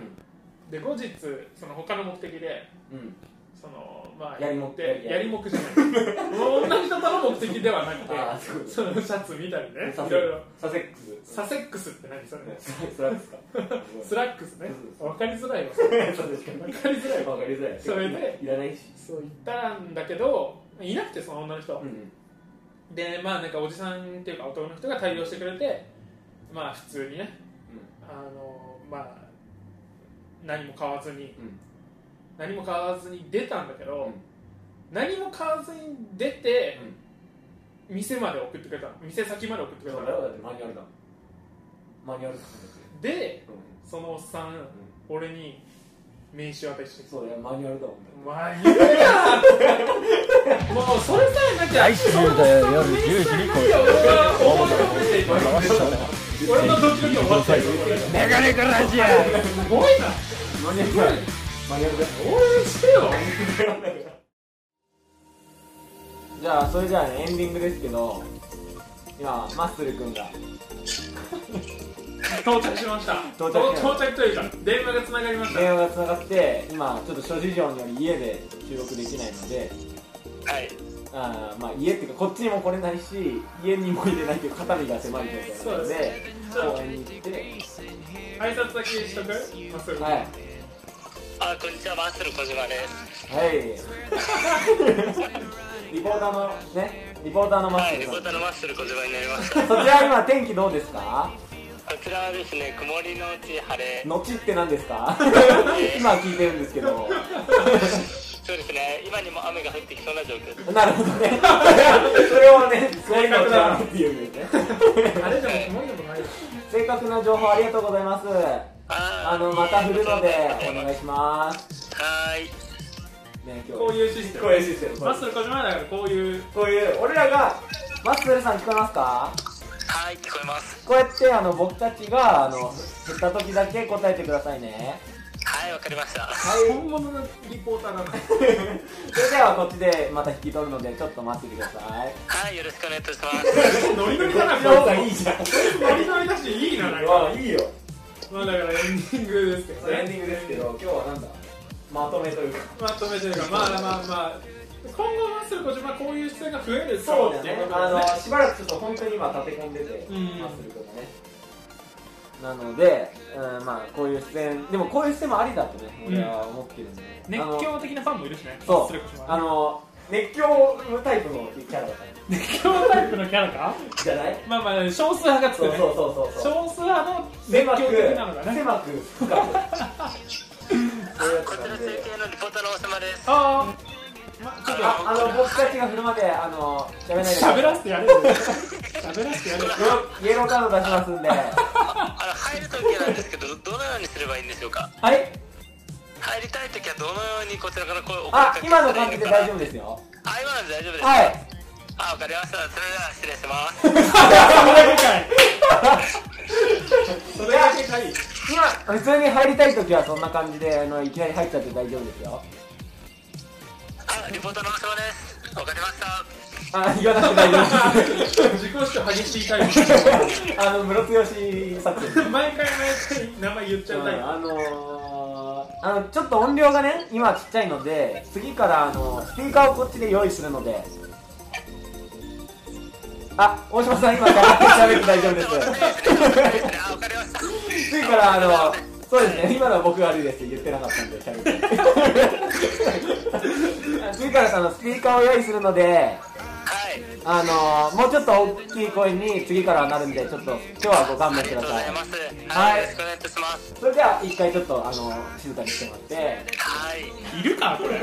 で後日その他の目的でうんそのまあやり行もっくてややりりもくじ ゃない同じ方の目的ではなくああてそうですそのシャツ見たりねサいセろいろサセックスサセックスって何それスラックスかスラックスねそう分かりづらいわそうですか分かりづらいわわかりづらいそれでいらないしそう言ったんだけどいなくてその女の人、うんでまあなんかおじさんっていうか男の人が対応してくれてまあ普通にねあのまあ何も買わずにうん何も買わずに出たんだけうど、ん何も買わずに出て、店まで送ってくれたの店先まで送ってくれたそれはだってマニュアルだもんマニュアルだもんだってでうそのおっさん、俺に名刺渡してきんてそうだよマニュアルだもんだ「まあ言うな!」ってもうそれさえなきゃ来週そのおっさんの名刺さえなきゃ俺は思い込めていわた俺のドキドキ終わったよこれすメガネガラジアごいなマニュアルだよマニュアルだよ応援してよじゃあそれじゃあねエンディングですけど今マッスル君が到着しました到到着着というか電話がつながりました電話がつながって今ちょっと諸事情により家で収録できないのではいあーまあ家っていうかこっちにも来れないし家にも入れないという肩身が狭い状態なので公園に行って挨拶だけしとくまっすぐはいあこんにちはマッスル小島ですはいリポーターのねリポーターのマッはスいルリさポんーターのマッスル小島になりますそちら今天気どうですかこちらはですね曇りのうち晴れのちって何ですか今聞いてるんですけどそうですね今にも雨が降ってきそうな状況ですなるほどねそれをね正確なっていうんですねあれでも曇りでもないよ正確な情報ありがとうございますあーあのまた振るのでおは願いしますーいね今日こういうシステムこういうシステムマッスル小島だからこういうこういう俺らがマッスルさん聞こえますかはい聞こえますこうやってあの僕たちがあの振った時だけ答えてくださいね はいわかりましたはい本物のリポーターだなそれではこっちでまた引き取るのでちょっと待っててくださ いはいよろしくお願いいたしますノリノリだないいじゃんノリノリだしいいななんかい いよまあだからエンディングですけどねィングですけど今日はなんだまとめというかまとめてるからまあまあまあ今後マッスル小島はこういう出演が増えるそうだねっていことあですのしばらくちょっと本当に今立て込んでてうんマッスル君がねなので、うん、まあこういう出演でもこういう出演もありだとね俺は思ってるんで、熱あの狂的なファンもいるしねマッそスうル小島あの熱狂タイプのキャラだから熱狂タイプのキャラかじゃないまあまあ少数派がつくそうねそうそうそうそう少数派の熱狭狂く的なのがね狭く深くそういうやつなんでこちら中継のリポーターの王様ですああまあちょっとああの僕たちが振るまであの喋らないで喋らせてやれよ喋らせてやれよイエローカード出しますんではあの入るときなんですけどどどのようにすればいいんでしょうかい入りたいときはどのようにこちらから声をお声かあけ今の感じで大丈夫夫ですよあ今ので大丈夫ですかはいあわかりましたそれでは失礼しますそれだけかい今普通に入りたい時はそんな感じであのいきなり入っちゃって大丈夫ですよあリポーターの王様ですわかりましたあ言わなくて大丈夫で自己主張激しいタイプすあのムロツヨシ作戦毎回毎回名前言っちゃうタイプあのー、あのちょっと音量がね今ちっちゃいので次からあのスピーカーをこっちで用意するのであ大島さん今から喋って大丈夫でわかりましたあわかりましたす 次からあのそうですね今のは僕が悪いです言ってなかったんで喋って次からあのスピーカーを用意するのではいあのー、もうちょっと大きい声に次からはなるんでちょっと今日はご勘あ弁りくがだとうごさざいいますははいいよろしくお願いいたしますそれでは一回ちょっとあの静かにしてもらってはいいるかこれ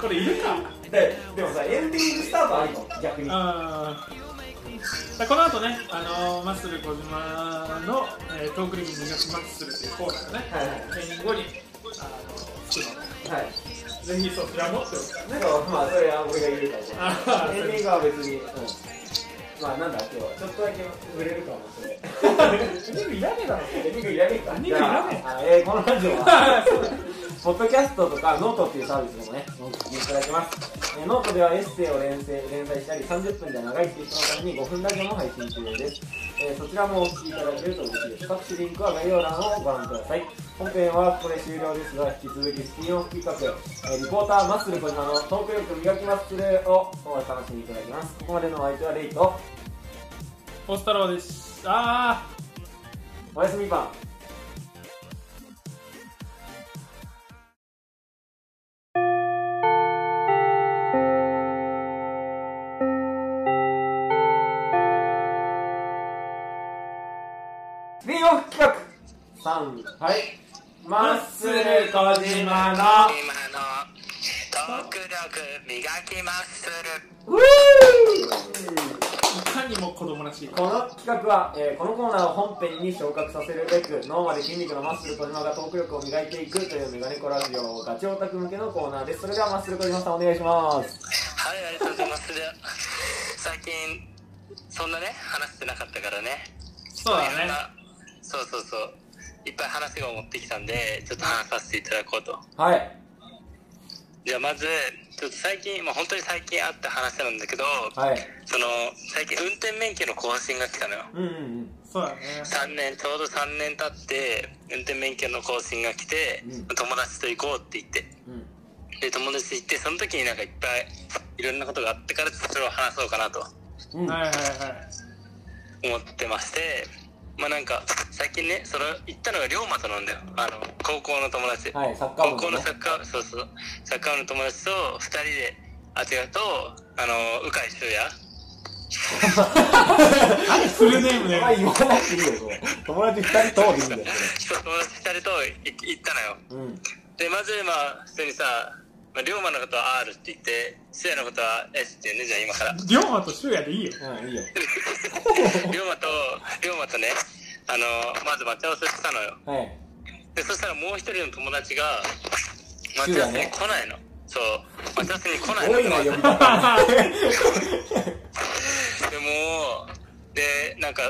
これいるかででもさエンディングスタートあるの逆にあーこの後ね、あのーマッスル小島の、えートークリミングがマッスルっていうコーナーがね、はいはいエンディング後に、あのー、つくのではいぜひそちらもってことだね。なんかまあそれは俺が言う からねあエンディンーグは別に、うん、まあなんだ今日はちょっとだけ触れるかもそれそれエンディングいらねえだろ。エンディングいらねえかエンディングいらねえじゃああえーこのラジオ はポッドキャストとかノートっていうサービスでもねお聞きいただけます、えーノートではエッセイを連載連載したり30分で長いっていう人のために5分ラジオも配信中です、えーそちらもお聞きいただけると嬉しいです各種リンクは概要欄をご覧ください本編はここで終了ですが引き続きスピンオフ企画、えーリポーターマッスル小島のトーク力磨きマッスルをお楽しみいただきますここまでのお相手はレイとオス太郎です。あーおやすみパントーク企画三はいまっすぐ小島の今のトーク力磨きマッスルウかにも子供らしいこの企画は、えーこのコーナーを本編に昇格させるべく脳まで筋肉のマッスル小島がトーク力を磨いていくというメガネコラジオガチオタク向けのコーナーですそれではマッスル小島さんお願いしますはい、ありがとうございます。で最近、そんなね、話してなかったからね。そうだねそうそうそう。いっぱい話が持ってきたんで、ちょっと話させていただこうと。はいじゃあまず、ちょっと最近、まあ本当に最近あった話なんだけど、はいその、最近運転免許の更新が来たのよ。うんうんうんそうだね3年、ちょうど3年経って、運転免許の更新が来て、うん友達と行こうって言って。うんで、友達と行って、その時になんかいっぱい、いろんなことがあってから、ちょっとそれを話そうかなと。うんはいはいはい思ってましてまあなんか最近ねその行ったのが龍馬となんだよあの高校の友達、はいサッカー部高の校のねサッカーそうそうサッカー部の友達と2人であ違うとあの鵜飼修也フルネームでお前言わなくていいよそれ友達二人とでいいんだよそう友達2人とい行ったのよそれうんでまずまあ普通にさ、まあ、龍馬のことは R って言って修也のことは S って言うねじゃあ今から龍馬と修也でいいようんいいよ 龍馬と龍馬とねあのまず待ち合わせしたのよはいでそしたらもう一人の友達が修待也ち合わせにね来ないのそう待ち合わせに来ないの多いな呼び 方でもでなんか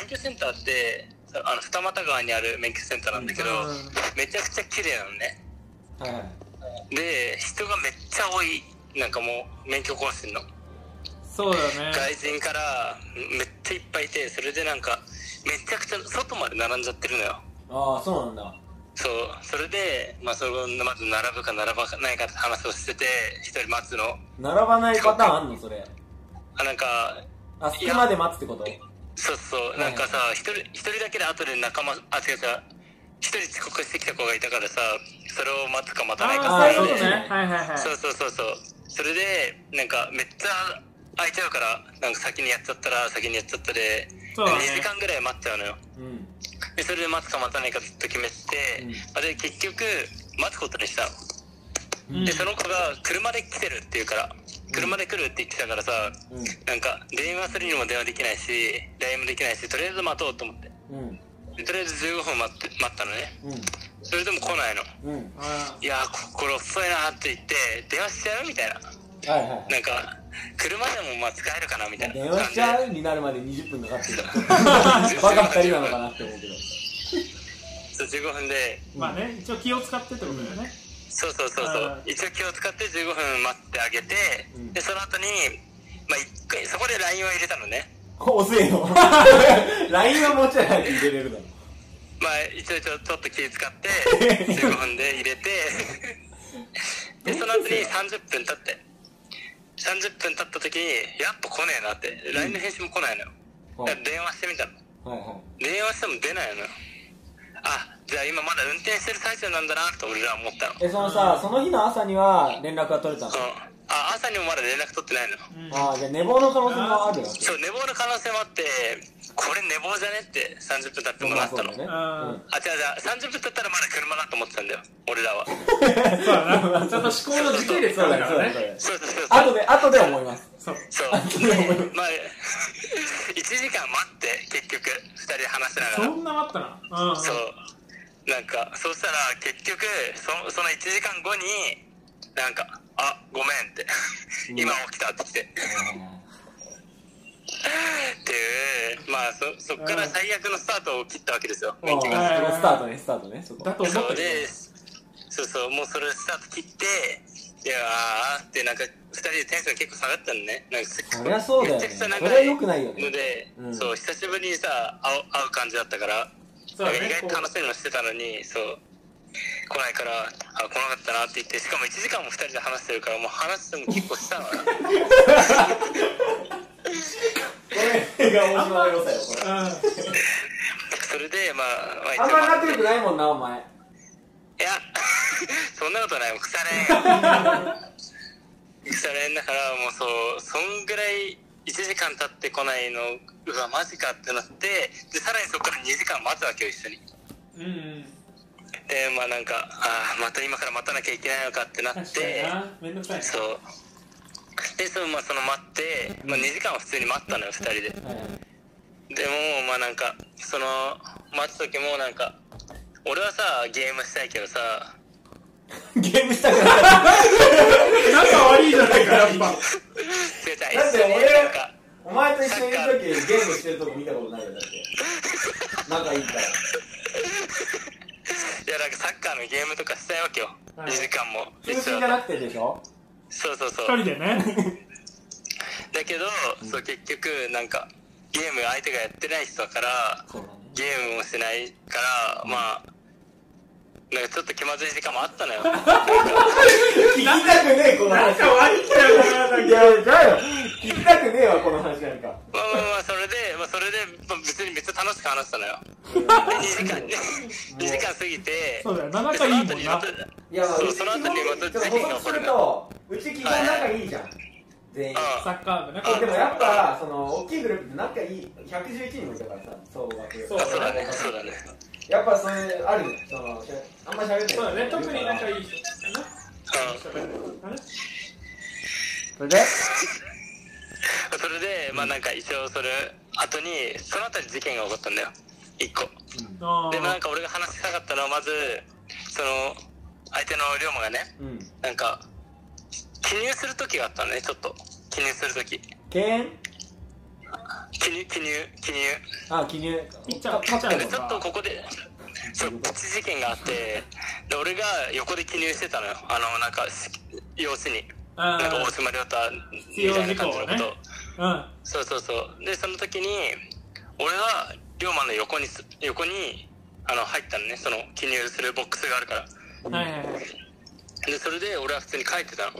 免許センターってあの二俣川にある免許センターなんだけど、うんめちゃくちゃ綺麗なのねはいはいで人がめっちゃ多いなんかもう免許更新のそうだね外人からめっちゃいっぱいいてそれでなんかめちゃくちゃ外まで並んじゃってるのよああそうなんだそうそれで、まあ、それをまず並ぶか並ばないかって話をしてて一人待つの並ばないパターンあんのそれあなんかあ隙間で待つってことそうそうなんかさ一人一人だけで後で仲間あ違う違う一人遅刻してきた子がいたからさそれを待つか待たないあかあーそうみいうたこいとなねはいはいはいそうそうそうそうそれでなんかめっちゃ空いちゃうからなんか先にやっちゃったら先にやっちゃったで、そうだね2時間ぐらい待っちゃうのようんでそれで待つか待たないかずっと決めてて、うんあで結局待つことにしたのうんでその子が車で来てるって言うから車で来るって言ってたからさうんなんか電話するにも電話できないし LINE もできないしとりあえず待とうと思ってうんでとりあえず15分待って待ったのねうそれでも来ないのんうんあいやーここれ遅いなって言って電話しちゃうみたいなはいはいはいなんか車でもまあ使えるかなみたいな電話しちゃううになるまで20分かかって るからバカ二人なのかなって思うけどそう15分でーまあね一応気を使ってってことだよねそうそうそうそあう一応気を使って15分待ってあげて、うんでその後にまあ一回そこで LINE は入れたのね遅えよ LINE は持ちないで入れれるだろまあ一応ちょちょっと気を 使って15分で入れてでその後に30分経って30分経った時にやっぱ来ねえなって LINE の返信も来ないのよ、はいだから電話してみたのはいはい電話しても出ないのよあじゃあ今まだ運転してる最中なんだなと俺らは思ったのえそのさその日の朝には連絡が取れたのうんあ朝にもまだ連絡取ってないのうんああじゃあ寝坊の可能性もあるよそう寝坊の可能性もあってこれ寝坊じゃねって30分経ってもなったの、ねああ違う違う30分経ったらまだ車だと思ってたんだよ俺らはーそうだなちょっと思考の時系列そうがあだるよかそうだよそうだよ らねそうそうそうそう後で後で思いますそうそう後で思いますまあ1時間待って結局2人で話しながそらんな待ったなうんそうなんかそうしたら結局そその1時間後になんか「あごめん」って「今起きた」って来てっていうまあそそっから最悪のスタートを切ったわけですよああ免そ許のがスタートねスタートねそこだと思ったそけうどでそうそうもうそれスタート切っていやーってなんか2人でテンション結構下がったのねなんかそりゃそうだよめねちゃくちそゃれ長は良いくないよのねで、うんそう久しぶりにさ会う会う感じだったからそうだねなんか意外と楽しいのしてたのにそう来ないからあ来なかったなって言ってしかも1時間も2人で話してるからもう話しても結構したの よこれが大島の良さよこれうそれでまあ、まあ、一応あんまり仲良待っくないもんなお前いや、 そんなことないもん、腐 れんよ。腐れんだから、もうそう、そんぐらい1時間経ってこないのうわマジかってなってでさらにそこから2時間待つわけよ一緒にうんうんでまあなんかああまた今から待たなきゃいけないのかってなっ確かにてなめんどくさいなそうでそうまあその待って、まあ、2時間は普通に待ったのよ2人ではいはいでもまあなんかその待つ時もなんか俺はさゲームしたいけどさゲームしたくなった仲悪いじゃないかやっぱだってだって俺なんかお前と一緒にいる時ゲームしてるとこ見たことないよだって仲いいからいやなんかサッカーのゲームとかしたいわけよ、はい2時間も通信じゃなくてでしょそうそうそう二人でねだけど、そう結局なんかゲーム相手がやってない人だからそうだねゲームもしないからまあなんかちょっと気まずい時間もあっ たのよ聞きたくねえこの話仲悪いんだよないやだよ聞きたくねえわこの話なんかまあまあまあそれで、まあ、それで、まあ、別にめっちゃ楽しく話したのよ2時間ね2時間過ぎてそうだよなで仲そいいのもん後にまなたいやまあそううちその後にまた基本事ちょ件っと補が起こ足するるのうんとうち基本仲いいじゃん全員サッカー部ねでもやっぱその大きいグループって仲いい111人もいたからさ総額そうあそうだねそうだねやっぱそれあるねそのしゃあんましゃべんないそうだね特に仲いい人だうんなそれでそれでまあなんか一応それ後にその後に事件が起こったんだよ1個あでまあなんか俺が話したかったのはまずその相手の龍馬がねうんなんか記入する時があったのねちょっと記入する時敬遠記入記入記入あ記入ピッチャーピッチャーでだちょっとここでそうプチ事件があってで俺が横で記入してたのよあのなんか様子にあなんか大島亮太みたい必要な感じのこ事項と、をねうんそうそうそうでその時に俺は龍馬の横にす横にあの入ったのねその記入するボックスがあるからはいはいはいでそれで俺は普通に書いてたのそ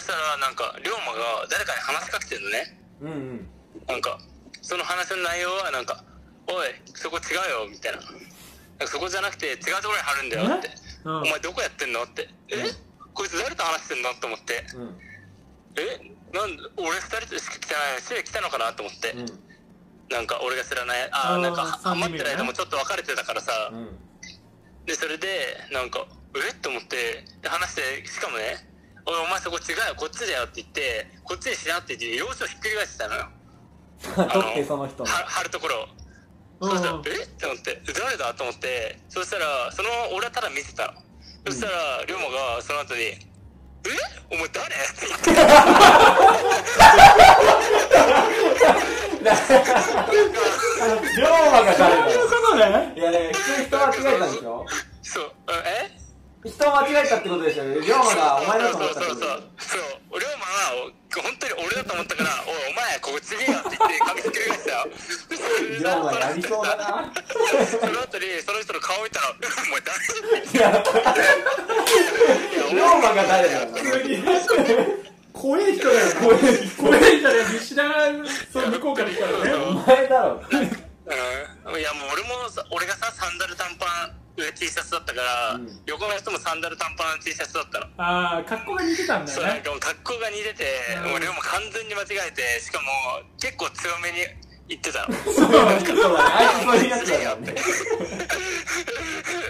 したらなんか龍馬が誰かに話しかけてるのねうんうんなんかその話の内容はなんか「おいそこ違うよ」みたいな「なんかそこじゃなくて違うところに貼るんだよ」って「うんお前どこやってんの?」って「えこいつ誰と話してんの?」と思ってうん「えなんで俺二人としか来てないし来たのかな?」と思ってうんなんか俺が知らないあああーなんか三人目余っねてる間もちょっと別れてたからさうんでそれでなんかえっと思ってで話してしかもね「おいお前そこ違うよこっちだよ」って言ってこっちにしなって言って様子をひっくり返してたのよ取ってその人 はの貼るところをうそんしたら「えっ?」て思って「誰だ?」と思ってそしたらその俺はただ見てたのそしたら龍馬がその後に「えお前誰?」って言ってあの龍馬が誰だよそうだよねいやね普通人間違えたんでしょそう「うんえ人を間違えたってことでしょ龍馬がお前だと思ったってこそうそうとそうそうそう龍馬は本当に俺だと思ったから「おいお前ここ次よ」って言って髪くり返したよ龍馬やりそうだな その後にその人の顔見たら「お前誰?」いや龍馬が誰だよな怖え人だよ怖え怖え人だよ知らないその向こうから行くからねお前だろうんいやもう俺もさ俺がさサンダル短パン上 T シャツだったから、うん横の人もサンダル短パン T シャツだったの、ああ格好が似てたんだそようなんねかもう格好が似てて、うん俺も完全に間違えてしかも結構強めに言ってたの そうだねあいつそういうやつだよね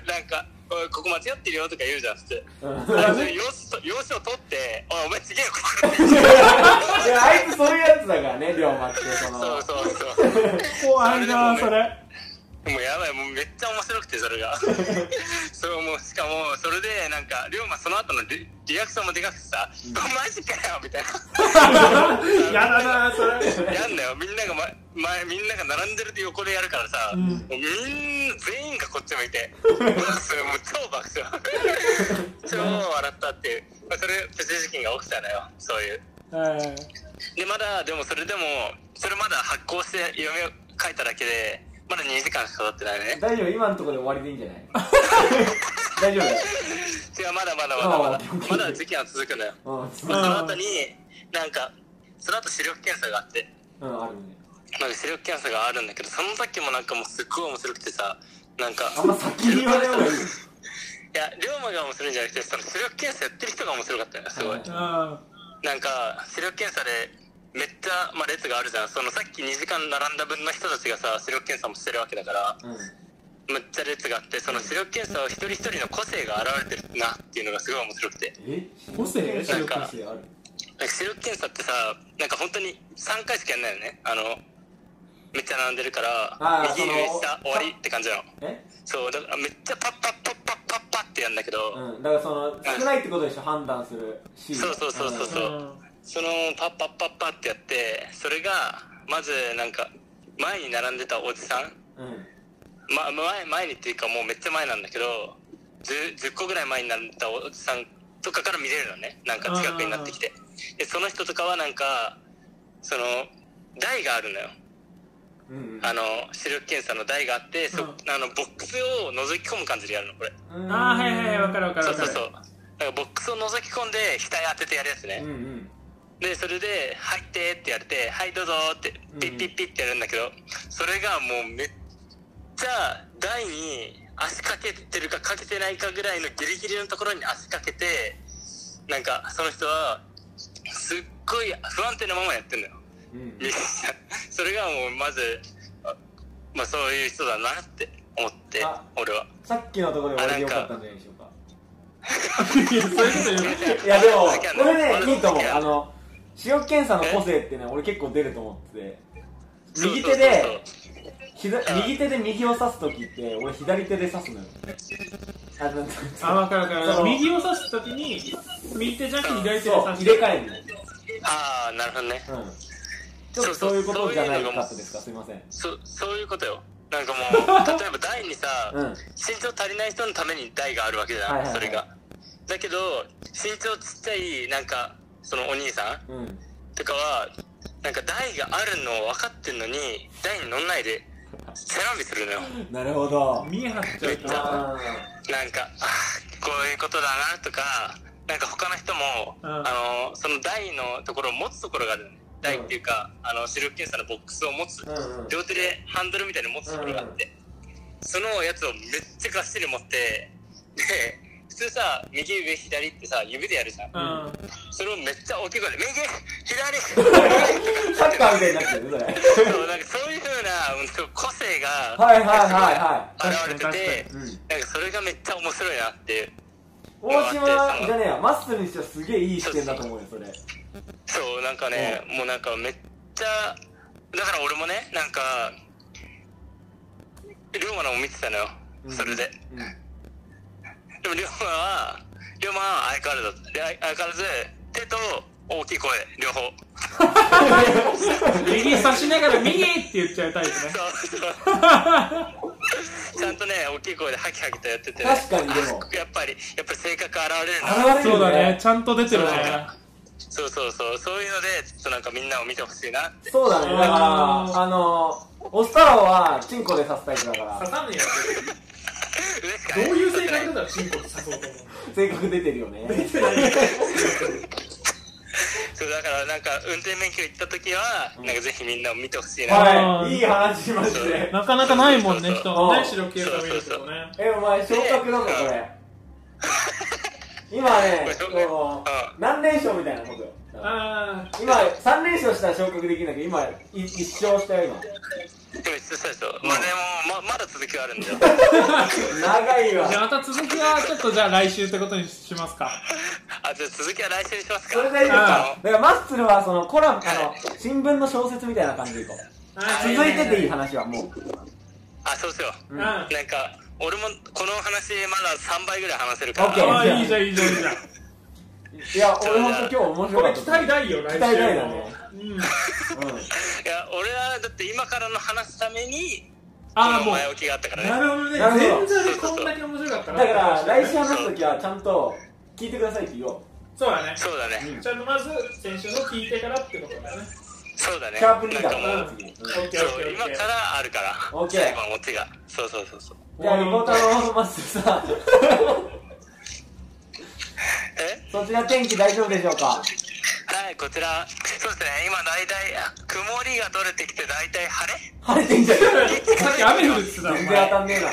なんか、おいここ間違ってるよとか言うじゃん、普通。うんあの様子と様子を取って、おい、お前、ちげえよ、ここいやあいつそういうやつだからね龍馬ってそのそうそうそう。怖いなそそれもうやばい、もうめっちゃ面白くて、そ れが。そう、もう、しかも、それで、なんか、龍馬、その後のリリアクションもでかくてさ、マジかよみたいやだなそれな。やんだよ、みんなが、ま、前、みんなが並んでる横でやるからさ、うんもうみんな、全員がこっち向いて、 それもう超爆笑。超笑ったっていう。まあ、それ、別事件が起きたのよ、そういう。はいでまだでもそれでもそれまだ発行して読みを書いただけでまだ2時間しか経ってないね大丈夫今のところで終わりでいいん じゃない大丈夫だよ違うまだまだまだまあだーまだ時期は続くのよ、うんまあ、その後になんかその後視力検査があってうんあるねなんか視力検査があるんだけどその時もなんかもうすっごい面白くてさなんかあんま先に言わない方がいいいや龍馬が面白いんじゃなくてその視力検査やってる人が面白かったよねすごいはいうんなんか視力検査でめっちゃ、まあ、列があるじゃんそのさっき2時間並んだ分の人たちがさ視力検査もしてるわけだからうんめっちゃ列があってその視力検査を一人一人の個性が現れてるなっていうのがすごい面白くてえ個性視力なんか個性あるなんか視力検査ってさなんか本当に3回しかやんないよねあのめっちゃ並んでるからあー右その上下終わりって感じなのえそうだからめっちゃパッパッパッパッパッパッってやんだけど、うんだからその少ないってことでしょ判断するしそうそうそうそうそうんうそのパッパッパッパってやってそれがまずなんか前に並んでたおじさんうんうんま、前前にっていうかもうめっちゃ前なんだけど 10, 10個ぐらい前になったおじさんとかから見れるのねなんか近くになってきてでその人とかはなんかその台があるのようんあの視力検査の台があってそ、うんあのボックスを覗き込む感じでやるのこれうんあーはいはいはいわかるわかるそうわかそうるそうなんかボックスを覗き込んで額当ててやるやつね、うんうんでそれで「入って」ってやれて「はいどうぞ」ってピッピッピッってやるんだけど、それがもうめっちゃ台に足かけてるかかけてないかぐらいのギリギリのところに足かけてなんかその人はすっごい不安定なままやってんのようんみんな それがもうまずあまあそういう人だなって思ってあ俺はさっきのところで終わりでよかったんじゃないでしょうかいやそういうこと言ういやでも好きやなこれねいいと思う好きやなあの視力検査の個性ってね俺結構出ると思っててそう右手そうそうでそう左右手で右を指す時って俺左手で指すのよあのあ分かる分かるその右を指すときに右手じゃなくて左手でそう指す入れ替えるのああなるほどねうんちょっとそういうことじゃないかったですかすいませんそそういうことよなんかも う例えば台にさ、うん身長足りない人のために台があるわけじゃはん、いはいはいそれがだけど身長ちっちゃいなんかそのお兄さんうんとかはなんか台があるのを分かってんのに台に乗んないで背伸びするのよ なるほど見え張っちゃうからあなんかあーこういうことだなとかなんか他の人も、うんあのその台のところを持つところがあるのね台っていうか、あの視力検査のボックスを持つ、ーうんうん両手でハンドルみたいに持つところがあって、そのやつをめっちゃがっしり持ってで普通さ右上左ってさ指でやるじゃん、うんそれをめっちゃ大きい声で右左サッカーみたいになってるねそれそうなんかそういうふうなうんそう個性がはいはいは現れ確かてに確ていはいうんなんかそれがめっちゃ面白いなっていう大島じゃねえやマッスルにしてはすげえいい視点だと思うよそれそうなんかね、もうなんかめっちゃだから俺もねなんか龍馬のも見てたのよ、うんそれでうんでも龍馬は龍馬は相変わらずで相相変わらず手と大きい声両方右指しながら右って言っちゃうタイプねそうそうちゃんとね大きい声でハキハキとやってて、ね、確かにでもあやっぱりやっぱり性格現れるな現れるそうだねちゃんと出てるねそうそうそうそういうのでちょっとなんかみんなを見てほしいなそうだねだからあのオスタロはチンコで刺すタイプだから刺さねえや嬉しかどういう性格だったらチンコって刺そうと思う性格出てるよねそうだからなんか運転免許行った時は、なんかぜひみんなを見てほしいな、はいいい話しましたねなかなかないもんねそうそう人もね視力検査見るけどねえお前昇格なんだこれ今ねこう何連勝みたいなことよあ今3連勝したら昇格できないけど今い一勝したよでもそうそうそうまあでもままだ続きはあるんだよ今長い あじわゃあまた続きはちょっとじゃあ来週ってことにしますかあじゃあ続きは来週にしますかそれでいいですかあだからマッスルはそのコラムあの新聞の小説みたいな感じでいこう続いてていい話はもあそうしよう、ううんん、あうなんか俺もこの話まだ3倍ぐらい話せるかオッケーらあいいじゃんいいじゃんいいじゃん いや俺本当今日面こ白かれった期待大よ来期週も待大だねうんうんいや俺はだって今からの話すためにああこものう前置きがあったからねなるほどねなるほど前座でこんだけ面白かったなだから来週話す時はちゃんと聞いてくださいって言おうそうだねそうだね、うんちゃんとまず先週の聞いてからってことだねそうだねシャープ2なだかんからもなう次オッケーオッケそうーオ今ッケかーらあるからオッケー最後のオチがそうそうそうそうじゃあリポーターのマッスルさんえそちら天気大丈夫でしょう かはいこちらそうですね今大体あ曇りが取れてきて大体晴れ 晴れてんじゃんさっき雨降るっつってたもん全ね然当たんねえな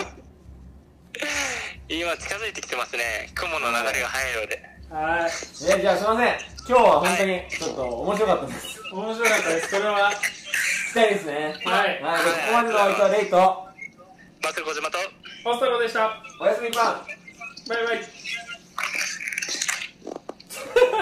今近づいてきてますね雲の流れが速いようではい。え、じゃあすいません。今日は本当に、ちょっと面白かったです。面白かったです。それは。聞きたいですね。はいはい、ここまでのお相手はレイと、マスル小島とパスタローでした。おやすみパン。バイバイ。